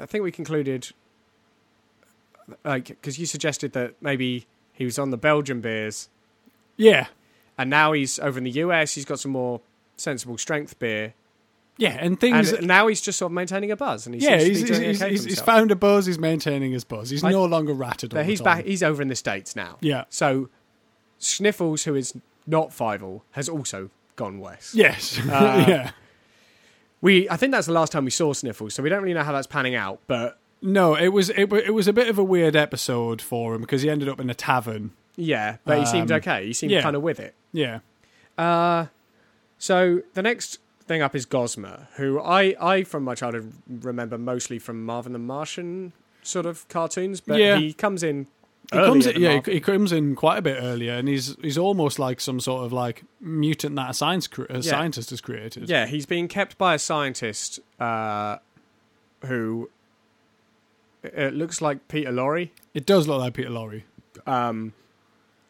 Speaker 1: I think we concluded, like, because you suggested that maybe he was on the Belgian beers,
Speaker 2: Yeah,
Speaker 1: and now he's over in the US. He's got some more sensible strength beer,
Speaker 2: yeah, and things.
Speaker 1: and now he's just sort of maintaining a buzz. And he
Speaker 2: yeah,
Speaker 1: seems to be
Speaker 2: he's, he's,
Speaker 1: doing
Speaker 2: he's,
Speaker 1: okay for
Speaker 2: he's, he's
Speaker 1: himself.
Speaker 2: found a buzz. He's maintaining his buzz. He's
Speaker 1: Like-
Speaker 2: no longer ratted. All
Speaker 1: But
Speaker 2: the
Speaker 1: he's
Speaker 2: time.
Speaker 1: back. He's over in the states now.
Speaker 2: Yeah.
Speaker 1: So Sniffles, who is not Fievel, has also gone west.
Speaker 2: Yes.
Speaker 1: Uh,
Speaker 2: yeah.
Speaker 1: We. I think that's the last time we saw Sniffles, so we don't really know how that's panning out. But
Speaker 2: No, it was it, wa- it was a bit of a weird episode for him because he ended up in a tavern.
Speaker 1: yeah, but he seemed
Speaker 2: Um,
Speaker 1: okay. He seemed
Speaker 2: yeah.
Speaker 1: kind of with it.
Speaker 2: Yeah.
Speaker 1: So the next thing up is Gosmer, who I, I from my childhood remember mostly from Marvin the Martian sort of cartoons, but
Speaker 2: Yeah.
Speaker 1: he comes in.
Speaker 2: He
Speaker 1: earlier
Speaker 2: comes, in,
Speaker 1: than
Speaker 2: yeah,
Speaker 1: Marvin.
Speaker 2: he, he comes in quite a bit earlier, and he's he's almost like some sort of like mutant that a science cre- a scientist has created.
Speaker 1: Yeah, he's being kept by a scientist uh, who it looks like Peter Lorre,
Speaker 2: it does look like Peter Lorre.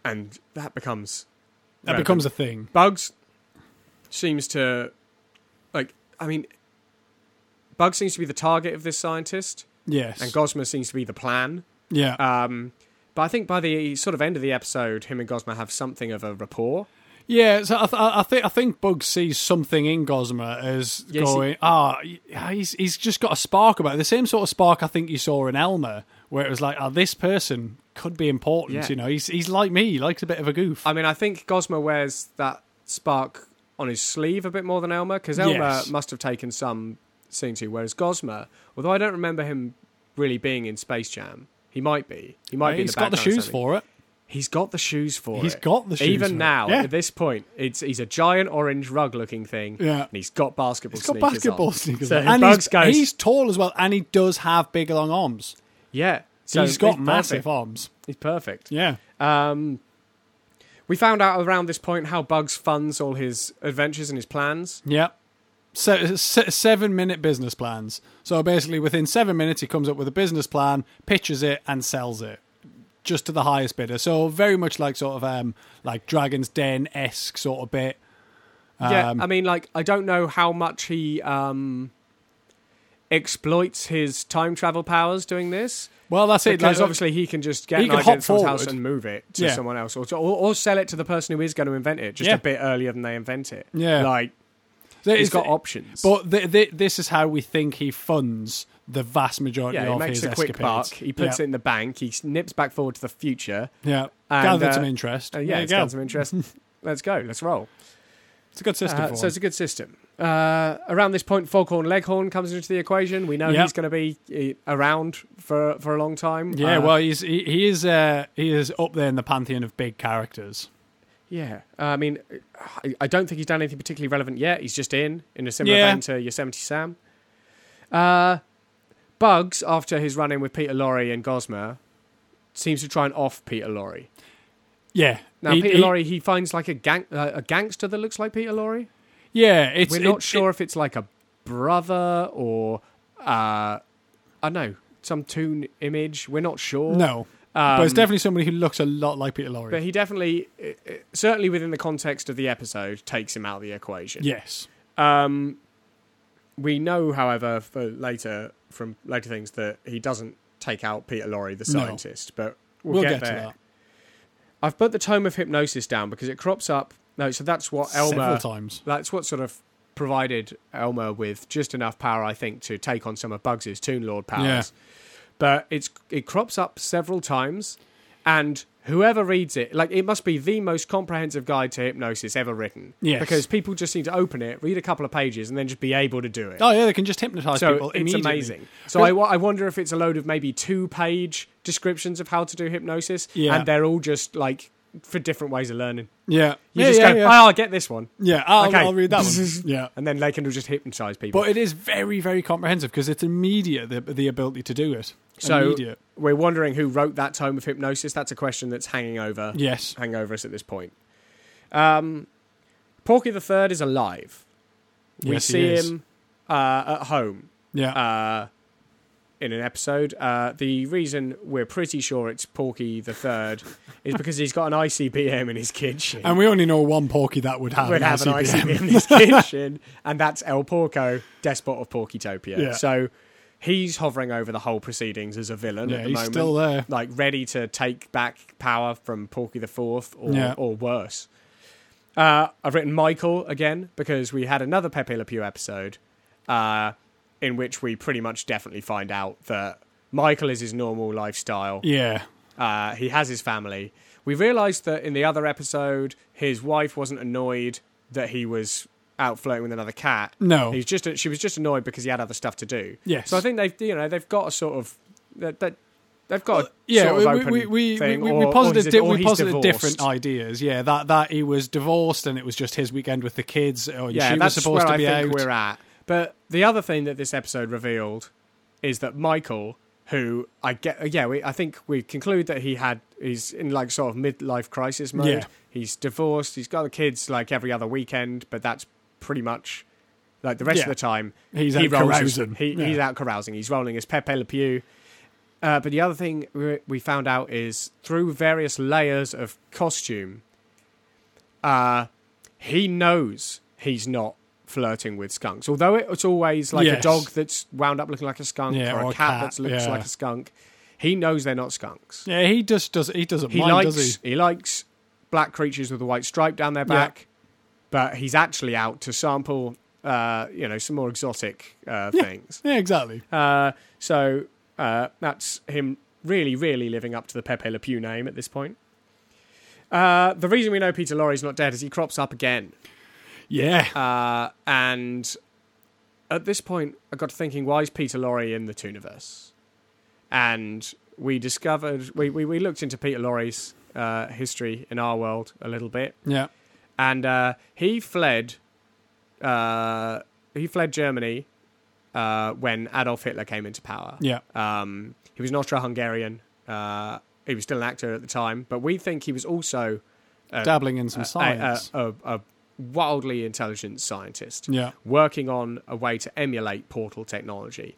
Speaker 1: and that becomes
Speaker 2: That
Speaker 1: relevant.
Speaker 2: becomes a thing.
Speaker 1: Bugs seems to like. I mean, Bugs seems to be the target of this scientist,
Speaker 2: Yes.
Speaker 1: and Gosmer seems to be the plan.
Speaker 2: yeah.
Speaker 1: Um, but I think by the sort of end of the episode, him and Gosmer have something of a rapport.
Speaker 2: Yeah, so I, th- I think I think Bugs sees something in Gosmer as
Speaker 1: Yes, he-
Speaker 2: going, ah, y- he's he's just got a spark about it. The same sort of spark I think you saw in Elmer, where it was like, ah, this person could be important.
Speaker 1: Yeah.
Speaker 2: You know, he's he's like me, he likes a bit of a goof.
Speaker 1: I mean, I think Gosmer wears that spark on his sleeve a bit more than Elmer because Elmer
Speaker 2: Yes.
Speaker 1: must have taken some seeing to, whereas Gosmer, although I don't remember him really being in Space Jam, he might be. He might be. in
Speaker 2: he's got the
Speaker 1: background or
Speaker 2: shoes
Speaker 1: something.
Speaker 2: for it.
Speaker 1: He's got the shoes for it.
Speaker 2: He's got the shoes
Speaker 1: Even
Speaker 2: for it.
Speaker 1: now,
Speaker 2: Yeah.
Speaker 1: at this point, it's he's a giant orange rug-looking thing.
Speaker 2: Yeah.
Speaker 1: and he's got basketball.
Speaker 2: He's got
Speaker 1: sneakers
Speaker 2: basketball
Speaker 1: on.
Speaker 2: sneakers,
Speaker 1: So
Speaker 2: on. and
Speaker 1: Bugs
Speaker 2: he's,
Speaker 1: goes,
Speaker 2: he's tall as well, and he does have big long arms.
Speaker 1: yeah. So
Speaker 2: he's got
Speaker 1: perfect.
Speaker 2: massive arms.
Speaker 1: He's perfect.
Speaker 2: Yeah,
Speaker 1: Um, we found out around this point how Bugs funds all his adventures and his plans.
Speaker 2: yeah. So se- seven minute business plans. So basically, within seven minutes, he comes up with a business plan, pitches it, and sells it just to the highest bidder. So very much like sort of um like Dragon's Den esque sort of bit.
Speaker 1: yeah, I mean, like I don't know how much he. Um, exploits his time travel powers doing this.
Speaker 2: Well, that's it.
Speaker 1: Because
Speaker 2: like,
Speaker 1: obviously he can just get
Speaker 2: He
Speaker 1: an
Speaker 2: can
Speaker 1: idea
Speaker 2: hop
Speaker 1: at someone's house
Speaker 2: forward.
Speaker 1: and move it to
Speaker 2: Yeah.
Speaker 1: someone else, or, to, or or sell it to the person who is going to invent it just
Speaker 2: Yeah.
Speaker 1: a bit earlier than they invent it.
Speaker 2: Yeah.
Speaker 1: like
Speaker 2: there
Speaker 1: he's
Speaker 2: is-
Speaker 1: got options.
Speaker 2: But th- th- this is how we think he funds the vast majority
Speaker 1: yeah,
Speaker 2: of
Speaker 1: he makes
Speaker 2: his
Speaker 1: a quick buck.
Speaker 2: escapades.
Speaker 1: He puts it in the bank. He s- nips back forward to the future.
Speaker 2: Yeah,
Speaker 1: And,
Speaker 2: gathered
Speaker 1: uh,
Speaker 2: some interest.
Speaker 1: Uh,
Speaker 2: Oh, There
Speaker 1: yeah,
Speaker 2: you
Speaker 1: it's
Speaker 2: go.
Speaker 1: got some interest. Let's go. Let's roll.
Speaker 2: It's a good system.
Speaker 1: Uh,
Speaker 2: for
Speaker 1: so
Speaker 2: him.
Speaker 1: it's a good system. Uh, around this point, Foghorn Leghorn comes into the equation. We know
Speaker 2: Yep.
Speaker 1: he's going to be eh, around for for a long time.
Speaker 2: Yeah,
Speaker 1: Uh,
Speaker 2: well, he's he, he is uh, he is up there in the pantheon of big characters.
Speaker 1: yeah. Uh, I mean, I, I don't think he's done anything particularly relevant yet. He's just in in a similar
Speaker 2: Yeah.
Speaker 1: vein to Yosemite Sam. Uh, Bugs, after his run in with Peter Lorre and Gosmer, seems to try and off Peter Lorre.
Speaker 2: Yeah,
Speaker 1: Now,
Speaker 2: he-
Speaker 1: Peter
Speaker 2: he-
Speaker 1: Lorre, he finds like a gang uh, a gangster that looks like Peter Lorre.
Speaker 2: Yeah, it's
Speaker 1: We're
Speaker 2: it-
Speaker 1: not
Speaker 2: it-
Speaker 1: sure if it's like a brother or uh, I don't know some toon image. We're not sure.
Speaker 2: no,
Speaker 1: Um,
Speaker 2: but it's definitely somebody who looks a lot like Peter Lorre.
Speaker 1: but he definitely, i- i- certainly within the context of the episode, takes him out of the equation.
Speaker 2: yes,
Speaker 1: Um, we know, however, for later from later things that he doesn't take out Peter Lorre, the
Speaker 2: No.
Speaker 1: scientist. But we'll,
Speaker 2: we'll,
Speaker 1: get,
Speaker 2: to
Speaker 1: there.
Speaker 2: that
Speaker 1: I've put the tome of hypnosis down because it crops up. No, so that's what
Speaker 2: several
Speaker 1: Elmer
Speaker 2: times.
Speaker 1: that's what sort of provided Elmer with just enough power, I think, to take on some of Bugs' Toon Lord powers.
Speaker 2: Yeah.
Speaker 1: But it's it crops up several times, and whoever reads it, like it must be the most comprehensive guide to hypnosis ever written.
Speaker 2: Yes.
Speaker 1: because people just seem to open it, read a couple of pages, and then just be able to do it.
Speaker 2: Oh yeah, they can just hypnotize
Speaker 1: so
Speaker 2: people.
Speaker 1: it's
Speaker 2: immediately.
Speaker 1: amazing. So I, wo- I wonder if it's a load of maybe two-page descriptions of how to do hypnosis,
Speaker 2: Yeah.
Speaker 1: and they're all just like for different ways of learning.
Speaker 2: Yeah,
Speaker 1: You
Speaker 2: yeah,
Speaker 1: just
Speaker 2: yeah,
Speaker 1: go,
Speaker 2: yeah.
Speaker 1: "Oh, I get this one,"
Speaker 2: Yeah, I'll,
Speaker 1: Okay.
Speaker 2: I'll read that one. yeah,
Speaker 1: and then they can just hypnotize people.
Speaker 2: but it is very, very comprehensive because it's immediate the, the ability to do it.
Speaker 1: So-
Speaker 2: immediate.
Speaker 1: We're wondering who wrote that tome of hypnosis. That's a question that's hanging over
Speaker 2: yes,
Speaker 1: hanging over us at this point. Um, Porky the Third is alive. We
Speaker 2: Yes, he
Speaker 1: see
Speaker 2: is.
Speaker 1: him uh, at home
Speaker 2: yeah,
Speaker 1: uh, in an episode. Uh, the reason we're pretty sure it's Porky the Third is because he's got an ICBM in his kitchen.
Speaker 2: and we only know one Porky that would have.
Speaker 1: We'd
Speaker 2: an
Speaker 1: have an
Speaker 2: ICBM.
Speaker 1: ICBM in his kitchen, and that's El Porco, despot of Porkytopia.
Speaker 2: Yeah.
Speaker 1: So he's hovering over the whole proceedings as a villain
Speaker 2: Yeah,
Speaker 1: at the
Speaker 2: he's
Speaker 1: moment
Speaker 2: still there.
Speaker 1: like ready to take back power from Porky the Fourth, or
Speaker 2: Yeah.
Speaker 1: or worse. Uh, I've written Michael again because we had another Pepe Le Pew episode, uh, in which we pretty much definitely find out that Michael is his normal lifestyle.
Speaker 2: Yeah,
Speaker 1: Uh, he has his family. We realised that in the other episode, his wife wasn't annoyed that he was out flirting with another cat.
Speaker 2: no,
Speaker 1: He's just she was just annoyed because he had other stuff to do.
Speaker 2: yes.
Speaker 1: So I think they've you know they've got a sort of that that they've got a
Speaker 2: yeah,
Speaker 1: sort of
Speaker 2: we-
Speaker 1: open
Speaker 2: we, we,
Speaker 1: thing,
Speaker 2: we, we,
Speaker 1: or-
Speaker 2: we
Speaker 1: or
Speaker 2: posited,
Speaker 1: he's-
Speaker 2: di-
Speaker 1: or
Speaker 2: we
Speaker 1: he's
Speaker 2: posited
Speaker 1: divorced.
Speaker 2: different ideas. Yeah, that that he was divorced and it was just his weekend with the kids. Or
Speaker 1: Yeah,
Speaker 2: she
Speaker 1: that's
Speaker 2: was supposed
Speaker 1: where
Speaker 2: to be
Speaker 1: I think
Speaker 2: out.
Speaker 1: we're at. But the other thing that this episode revealed is that Michael, who I get, yeah, we, I think we conclude that he had he's in like sort of midlife crisis mode.
Speaker 2: Yeah.
Speaker 1: He's divorced. He's got the kids like every other weekend, but that's pretty much like the rest
Speaker 2: Yeah.
Speaker 1: of the time
Speaker 2: He's
Speaker 1: he
Speaker 2: out
Speaker 1: rolls his-
Speaker 2: carousing.
Speaker 1: he,
Speaker 2: Yeah.
Speaker 1: He's out carousing. He's rolling his Pepe Le Pew. Uh, but the other thing we- we found out is through various layers of costume, uh, he knows he's not flirting with skunks. Although it's always like a
Speaker 2: Yes.
Speaker 1: dog that's wound up looking like a skunk
Speaker 2: Yeah,
Speaker 1: or, a cat, that looks
Speaker 2: yeah.
Speaker 1: like a skunk, he knows they're not skunks.
Speaker 2: Yeah, he just does. He doesn't
Speaker 1: He
Speaker 2: mind,
Speaker 1: likes
Speaker 2: does
Speaker 1: he? likes black creatures with a white stripe down their
Speaker 2: Yeah.
Speaker 1: back, but he's actually out to sample uh, you know some more exotic uh,
Speaker 2: Yeah.
Speaker 1: things.
Speaker 2: he? Yeah, exactly.
Speaker 1: Uh, so uh, that's him really, really living up to the Pepe Le Pew name at this point. Uh, the reason we know Peter Lorre's not dead is he crops up again.
Speaker 2: Yeah,
Speaker 1: Uh, and at this point, I got to thinking, why is Peter Lorre in the Tooniverse? And we discovered, we, we, we looked into Peter Lorre's uh, history in our world a little bit
Speaker 2: yeah,
Speaker 1: and uh, he fled. Uh, he fled Germany uh, when Adolf Hitler came into power.
Speaker 2: yeah.
Speaker 1: Um, he was an Austro-Hungarian. Uh, he was still an actor at the time, but we think he was also Uh,
Speaker 2: Dabbling in
Speaker 1: a,
Speaker 2: some science.
Speaker 1: a- a- a wildly intelligent scientist
Speaker 2: yeah,
Speaker 1: working on a way to emulate portal technology.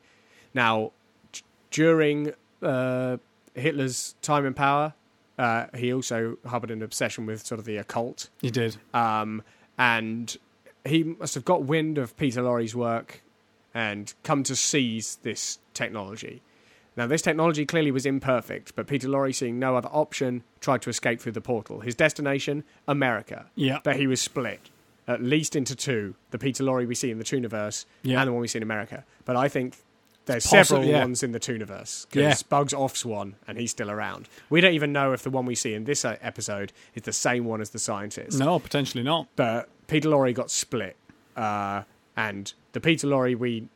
Speaker 1: Now, d- during uh, Hitler's time in power, uh, he also harbored an obsession with sort of the occult
Speaker 2: he
Speaker 1: uh,
Speaker 2: did.
Speaker 1: um, and he must have got wind of Peter Lorre's work and come to seize this technology. Now, this technology clearly was imperfect, but Peter Lorre, seeing no other option, tried to escape through the portal. His destination, America.
Speaker 2: Yeah.
Speaker 1: But he was split, at least into two the Peter Lorre we see in the Tooniverse
Speaker 2: Yeah.
Speaker 1: and the one we see in America. But I think there's
Speaker 2: possi-
Speaker 1: several
Speaker 2: yeah.
Speaker 1: ones in the Tooniverse because
Speaker 2: Yeah.
Speaker 1: Bugs off's one and he's still around. We don't even know if the one we see in this uh, episode is the same one as the scientist
Speaker 2: No, potentially not.
Speaker 1: but Peter Lorre got split, uh, and the Peter Lorre we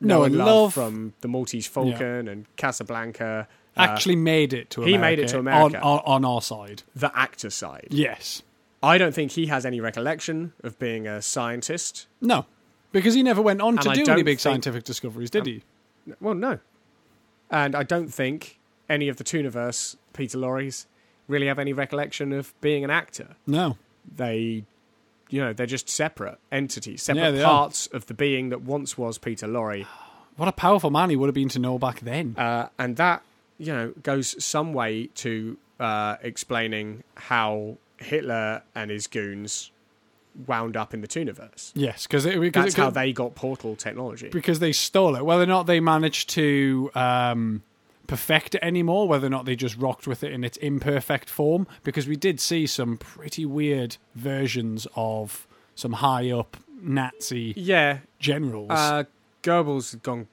Speaker 2: No,
Speaker 1: know
Speaker 2: and
Speaker 1: and love,
Speaker 2: love-
Speaker 1: from the Maltese Falcon and Casablanca, uh,
Speaker 2: Actually, made it to
Speaker 1: he
Speaker 2: America.
Speaker 1: made it to
Speaker 2: on-
Speaker 1: America.
Speaker 2: on, on our side.
Speaker 1: the actor side.
Speaker 2: Yes.
Speaker 1: I don't think he has any recollection of being a scientist.
Speaker 2: No, because he never went on to
Speaker 1: I
Speaker 2: do
Speaker 1: don't
Speaker 2: any big
Speaker 1: think-
Speaker 2: scientific discoveries, did he?
Speaker 1: Well, no, and I don't think any of the Tooniverse Peter Lorres really have any recollection of being an actor.
Speaker 2: No.
Speaker 1: They. You know, they're just separate entities, separate
Speaker 2: they are.
Speaker 1: parts of the being that once was Peter Lorre.
Speaker 2: What a powerful man he would have been to know back then.
Speaker 1: uh, and that you know goes some way to uh, explaining how Hitler and his goons wound up in the Tooniverse.
Speaker 2: yes, because it, because,
Speaker 1: That's
Speaker 2: it,
Speaker 1: how they got portal technology.
Speaker 2: because they stole it. Whether or not they managed to um, perfect it anymore, whether or not they just rocked with it in its imperfect form, because we did see some pretty weird versions of some high up Nazi
Speaker 1: Yeah,
Speaker 2: generals.
Speaker 1: uh, Goebbels had gone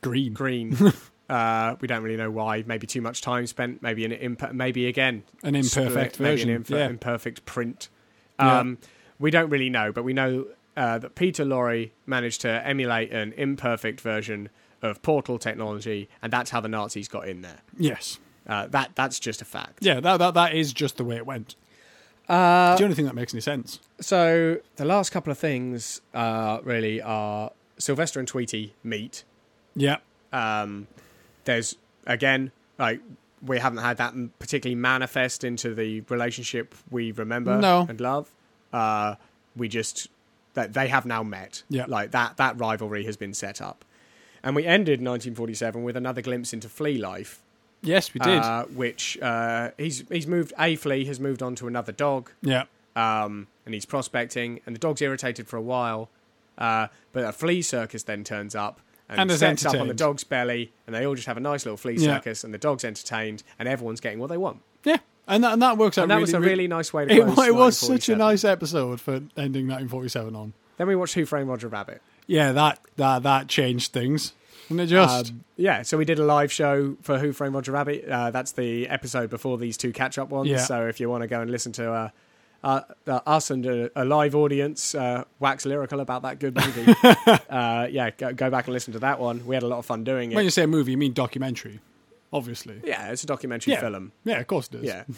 Speaker 2: green.
Speaker 1: green. uh, we don't really know why. Maybe too much time spent. Maybe an imp- Maybe again
Speaker 2: An imperfect
Speaker 1: split, maybe
Speaker 2: version,
Speaker 1: an
Speaker 2: yeah.
Speaker 1: imperfect print.
Speaker 2: Yeah.
Speaker 1: Um, We don't really know, but we know uh, that Peter Lorre managed to emulate an imperfect version of portal technology, and that's how the Nazis got in there.
Speaker 2: Yes.
Speaker 1: Uh, that that's just a fact.
Speaker 2: Yeah, that, that, that is just the way it went. Uh, the only thing that makes any sense.
Speaker 1: So the last couple of things uh, really are Sylvester and Tweety meet.
Speaker 2: Yeah.
Speaker 1: um, there's again like we haven't had that m- particularly manifest into the relationship we remember
Speaker 2: No.
Speaker 1: and love uh, we just that they have now met
Speaker 2: Yeah.
Speaker 1: like that that rivalry has been set up and we ended 1947 with another glimpse into flea life
Speaker 2: Yes, we did.
Speaker 1: Uh, which uh, he's he's moved a flea has moved on to another dog
Speaker 2: yeah.
Speaker 1: um, and he's prospecting, and the dog's irritated for a while. Uh, but a flea circus then turns up and,
Speaker 2: And is
Speaker 1: sets up on the
Speaker 2: entertained.
Speaker 1: dog's belly, and they all just have a nice little flea
Speaker 2: Yeah.
Speaker 1: circus, and the dog's entertained, and everyone's getting what they want.
Speaker 2: Yeah. And that, and that works out
Speaker 1: And that was a
Speaker 2: really
Speaker 1: really nice way to
Speaker 2: It,
Speaker 1: close.
Speaker 2: wa- it was such
Speaker 1: 1947.
Speaker 2: a nice episode for ending 1947 on.
Speaker 1: Then we watched Who Framed Roger Rabbit.
Speaker 2: Yeah, that that that changed things. Didn't it just?
Speaker 1: Um, yeah, so we did a live show for Who Framed Roger Rabbit. Uh, that's the episode before these two catch-up ones.
Speaker 2: Yeah.
Speaker 1: So if you want to go and listen to uh, uh, uh, us and a, a live audience uh, wax lyrical about that good movie, uh, yeah, go, go back and listen to that one. We had a lot of fun doing it.
Speaker 2: when you say movie, you mean documentary, obviously.
Speaker 1: yeah, it's a documentary
Speaker 2: Yeah.
Speaker 1: film.
Speaker 2: Yeah, of course it is.
Speaker 1: Yeah,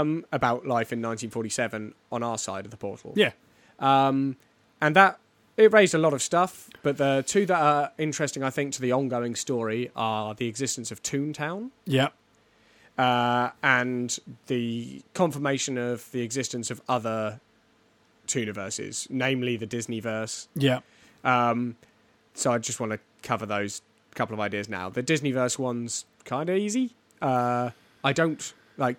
Speaker 1: um, about life in 1947 on our side of the portal.
Speaker 2: Yeah.
Speaker 1: Um, and that it raised a lot of stuff, but the two that are interesting, I think, to the ongoing story are the existence of Toontown
Speaker 2: Yeah.
Speaker 1: uh, and the confirmation of the existence of other Tooniverses, namely the Disneyverse.
Speaker 2: Yeah.
Speaker 1: Um, so I just want to cover those couple of ideas now. The Disneyverse one's kind of easy. Uh, I don't like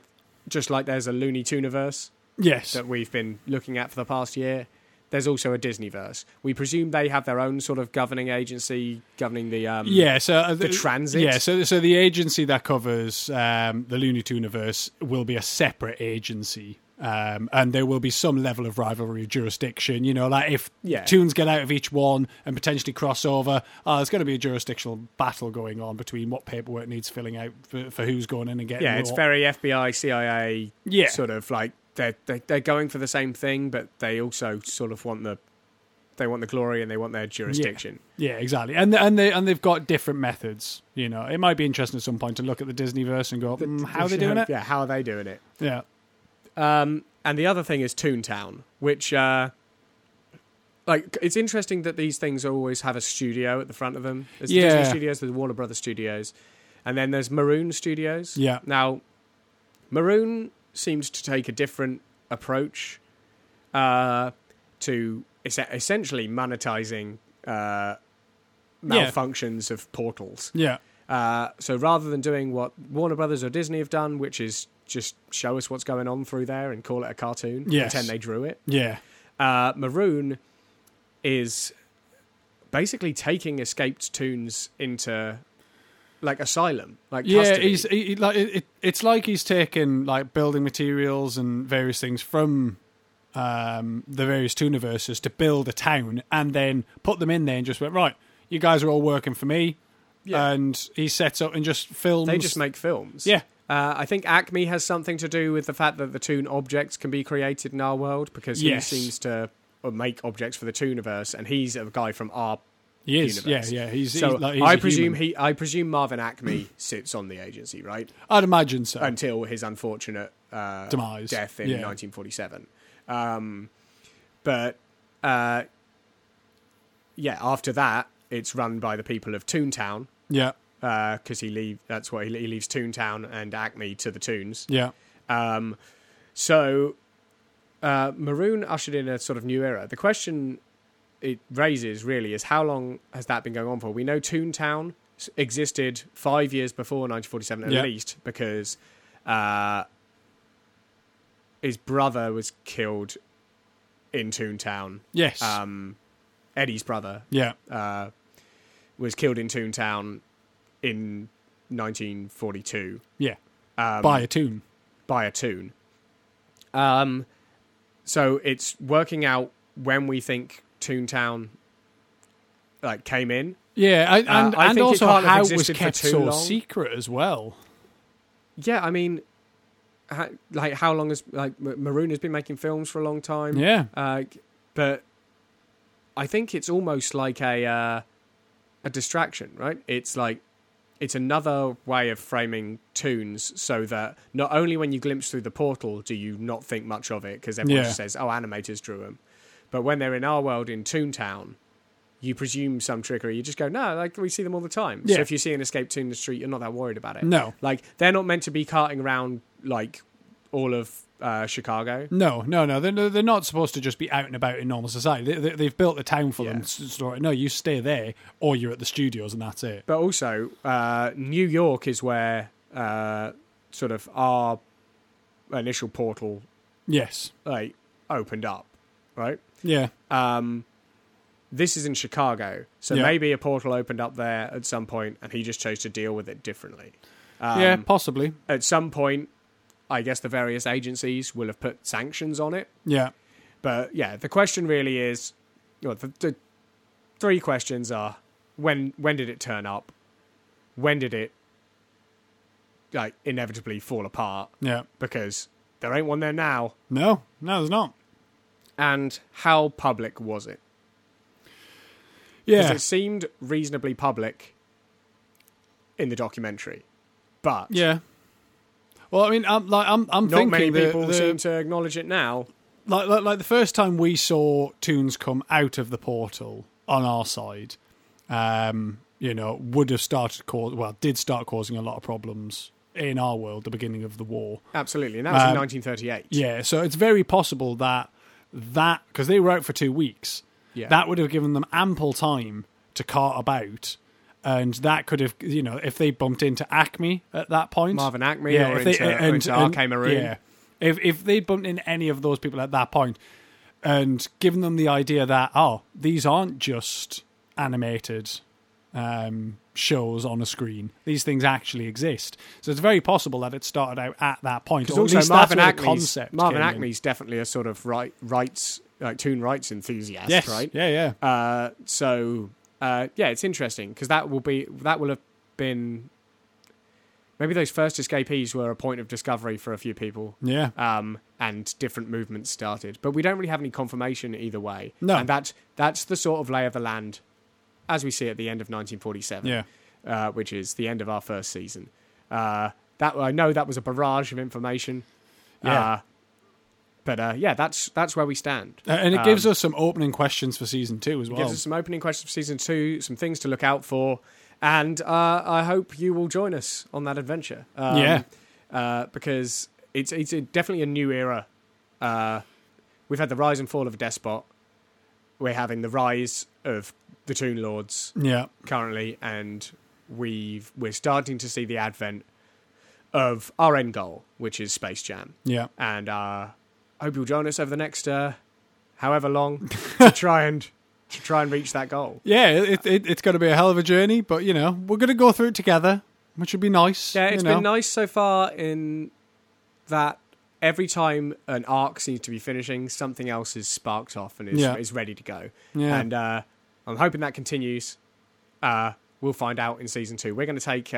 Speaker 1: just like there's a Looney Tuneverse
Speaker 2: Yes.
Speaker 1: that we've been looking at for the past year. There's also a Disneyverse. We presume they have their own sort of governing agency governing the um,
Speaker 2: yeah, so uh,
Speaker 1: the transit.
Speaker 2: Yeah, so so the agency that covers um, the Looney Tuneverse will be a separate agency, um, and there will be some level of rivalry of jurisdiction. You know, like if
Speaker 1: Yeah.
Speaker 2: tunes get out of each one and potentially cross over, uh, there's going to be a jurisdictional battle going on between what paperwork needs filling out for, for who's going in and getting.
Speaker 1: yeah, it's
Speaker 2: what.
Speaker 1: very FBI, CIA,
Speaker 2: Yeah.
Speaker 1: sort of like they're, they're they're going for the same thing, but they also sort of want the they want the glory and they want their jurisdiction.
Speaker 2: Yeah, exactly. And and they and they've got different methods. You know, it might be interesting at some point to look at the Disneyverse and go, "Hmm, how are they doing it?
Speaker 1: um, Yeah, how are they doing it?
Speaker 2: Yeah,
Speaker 1: Um, and the other thing is Toontown, which uh, like it's interesting that these things always have a studio at the front of them. There's the Disney
Speaker 2: Yeah.
Speaker 1: Studios, there's the Warner Brothers Studios, and then there's Maroon Studios.
Speaker 2: Yeah.
Speaker 1: Now, Maroon seems to take a different approach uh, to es- essentially monetizing uh,
Speaker 2: Yeah.
Speaker 1: malfunctions of portals.
Speaker 2: yeah,
Speaker 1: Uh, so rather than doing what Warner Brothers or Disney have done, which is just show us what's going on through there and call it a cartoon,
Speaker 2: Yes.
Speaker 1: pretend they drew it,
Speaker 2: yeah,
Speaker 1: uh, Maroon uh, is basically taking escaped toons into like asylum, like
Speaker 2: Yeah,
Speaker 1: custody.
Speaker 2: he's he, he- like it, it- it's like he's taken like building materials and various things from um, the various Tooniverses to build a town, and then put them in there and just went right. You guys are all working for me,
Speaker 1: Yeah.
Speaker 2: and he sets up and just films.
Speaker 1: they just make films.
Speaker 2: Yeah.
Speaker 1: Uh, I think Acme has something to do with the fact that the Toon objects can be created in our world because
Speaker 2: Yes.
Speaker 1: he seems to uh, make objects for the Tooniverse, and he's a guy from our
Speaker 2: he is,
Speaker 1: universe.
Speaker 2: yeah, yeah. He's,
Speaker 1: so
Speaker 2: he's, like, he's
Speaker 1: I
Speaker 2: a
Speaker 1: presume
Speaker 2: human.
Speaker 1: he, I presume Marvin Acme sits on the agency, right?
Speaker 2: I'd imagine so.
Speaker 1: Until his unfortunate uh,
Speaker 2: Demise.
Speaker 1: death in
Speaker 2: Yeah.
Speaker 1: 1947. Um, but uh, yeah, after that, it's run by the people of Toontown
Speaker 2: yeah,
Speaker 1: because he leave. That's why he he leaves Toontown and Acme to the Toons.
Speaker 2: yeah,
Speaker 1: Um, so, uh, Maroon ushered in a sort of new era. The question it raises really is how long has that been going on for? We know Toontown s- existed five years before 1947 at
Speaker 2: Yeah.
Speaker 1: least because uh, his brother was killed in Toontown.
Speaker 2: yes,
Speaker 1: Um, Eddie's brother
Speaker 2: yeah,
Speaker 1: uh, was killed in Toontown in 1942
Speaker 2: yeah.
Speaker 1: um,
Speaker 2: By a tune.
Speaker 1: by a tune. Um, so it's working out when we think Toontown like came in.
Speaker 2: Yeah, I,
Speaker 1: Uh,
Speaker 2: and
Speaker 1: I
Speaker 2: and
Speaker 1: think it
Speaker 2: also
Speaker 1: can't have
Speaker 2: how it was
Speaker 1: existed for
Speaker 2: kept
Speaker 1: too
Speaker 2: so
Speaker 1: long.
Speaker 2: secret as well.
Speaker 1: Yeah, I mean, ha like how long has like M- Maroon has been making films for a long time.
Speaker 2: Yeah,
Speaker 1: Uh, but I think it's almost like a uh, a distraction, right? It's like it's another way of framing tunes so that not only when you glimpse through the portal do you not think much of it because everyone
Speaker 2: Yeah.
Speaker 1: just says, "Oh, animators drew them," but when they're in our world in Toontown, you presume some trickery. You just go, "No, like we see them all the time."
Speaker 2: Yeah.
Speaker 1: So if you see an escape tune in the street, you're not that worried about it.
Speaker 2: No.
Speaker 1: like they're not meant to be carting around like all of uh, Chicago.
Speaker 2: No, no, no. They're, they're not supposed to just be out and about in normal society. They, they, they've built the town for them.
Speaker 1: Yeah.
Speaker 2: So, it's like, no, you stay there or you're at the studios and that's it.
Speaker 1: but also uh, New York is where uh, sort of our initial portal
Speaker 2: Yes.
Speaker 1: like opened up, right?
Speaker 2: Yeah.
Speaker 1: Um, this is in Chicago, so
Speaker 2: Yeah.
Speaker 1: maybe a portal opened up there at some point, and he just chose to deal with it differently. Um,
Speaker 2: yeah, possibly.
Speaker 1: At some point, I guess the various agencies will have put sanctions on it,
Speaker 2: Yeah.
Speaker 1: but yeah, the question really is, well, the, the three questions are: when when did it turn up? When did it like inevitably fall apart?
Speaker 2: Yeah.
Speaker 1: Because there ain't one there now.
Speaker 2: No, no, there's not.
Speaker 1: And how public was it? Because
Speaker 2: Yeah.
Speaker 1: it seemed reasonably public in the documentary, but
Speaker 2: Yeah. Well, I mean, I'm, like, I'm, I'm
Speaker 1: not
Speaker 2: thinking
Speaker 1: many
Speaker 2: the-
Speaker 1: people
Speaker 2: the-
Speaker 1: seem to acknowledge it now.
Speaker 2: like, like like the first time we saw tunes come out of the portal on our side, um, you know, would have started cause well, did start causing a lot of problems in our world the beginning of the war.
Speaker 1: Absolutely, and that
Speaker 2: Um,
Speaker 1: was in 1938.
Speaker 2: Yeah, so it's very possible that that because they were out for two weeks,
Speaker 1: Yeah.
Speaker 2: that would have given them ample time to cart about, and that could have you know if they bumped into Acme at that point,
Speaker 1: Marvin Acme or into- or into RK Maroon.
Speaker 2: yeah, if if they bumped into any of those people at that point, and given them the idea that oh these aren't just animated um, shows on a screen. These things actually exist. So it's very possible that it started out at that point. Or at
Speaker 1: Because
Speaker 2: least
Speaker 1: also Marvin
Speaker 2: that's where the
Speaker 1: Acme's,
Speaker 2: concept
Speaker 1: Marvin
Speaker 2: came in.
Speaker 1: Acme's definitely a sort of right, rights, like tune rights enthusiast,
Speaker 2: Yes.
Speaker 1: right?
Speaker 2: Yeah, yeah.
Speaker 1: Uh, so uh, yeah, it's interesting because that will be that will have been maybe those first escapees were a point of discovery for a few people,
Speaker 2: yeah.
Speaker 1: um, and different movements started. But we don't really have any confirmation either way.
Speaker 2: No.
Speaker 1: and that's that's the sort of lay of the land as we see at the end of 1947
Speaker 2: Yeah.
Speaker 1: uh, which is the end of our first season. Uh, that I know that was a barrage of information.
Speaker 2: Yeah.
Speaker 1: Uh, but uh, yeah, that's that's where we stand.
Speaker 2: Uh, and it gives us some opening questions for season two as
Speaker 1: Um, Gives
Speaker 2: well.
Speaker 1: us some opening questions for season two, some things to look out for, and uh, I hope you will join us on that adventure. Um,
Speaker 2: Yeah.
Speaker 1: uh, because it's it's a, definitely a new era. Uh, we've had the rise and fall of a despot. We're having the rise of the Toon Lords
Speaker 2: yeah.
Speaker 1: currently, and we've we're starting to see the advent of our end goal, which is Space Jam.
Speaker 2: Yeah.
Speaker 1: And uh, I hope you'll join us over the next uh, however long to try and to try and reach that goal.
Speaker 2: Yeah, it, it, it's going to be a hell of a journey, but you know, we're going to go through it together, which would be nice.
Speaker 1: Yeah,
Speaker 2: you
Speaker 1: it's
Speaker 2: know.
Speaker 1: been nice so far in that every time an arc seems to be finishing, something else is sparked off and is,
Speaker 2: Yeah.
Speaker 1: is ready to go.
Speaker 2: Yeah.
Speaker 1: And uh, I'm hoping that continues. Uh, we'll find out in season two. We're going to take uh,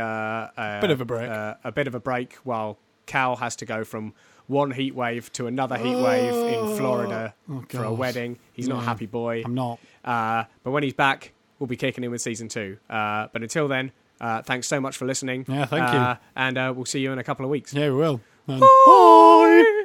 Speaker 1: a
Speaker 2: Bit of a break.
Speaker 1: Uh, a bit of a break while Cal has to go from one heat wave to another heat wave in Florida for a
Speaker 2: God.
Speaker 1: wedding. He's not a
Speaker 2: Oh, Yeah.
Speaker 1: happy boy.
Speaker 2: I'm not.
Speaker 1: Uh, but when he's back, we'll be kicking in with season two. Uh, but until then, uh, thanks so much for listening.
Speaker 2: Yeah, thank
Speaker 1: Uh, and uh, we'll see you in a couple of weeks.
Speaker 2: Yeah, we will. And-
Speaker 1: Bye.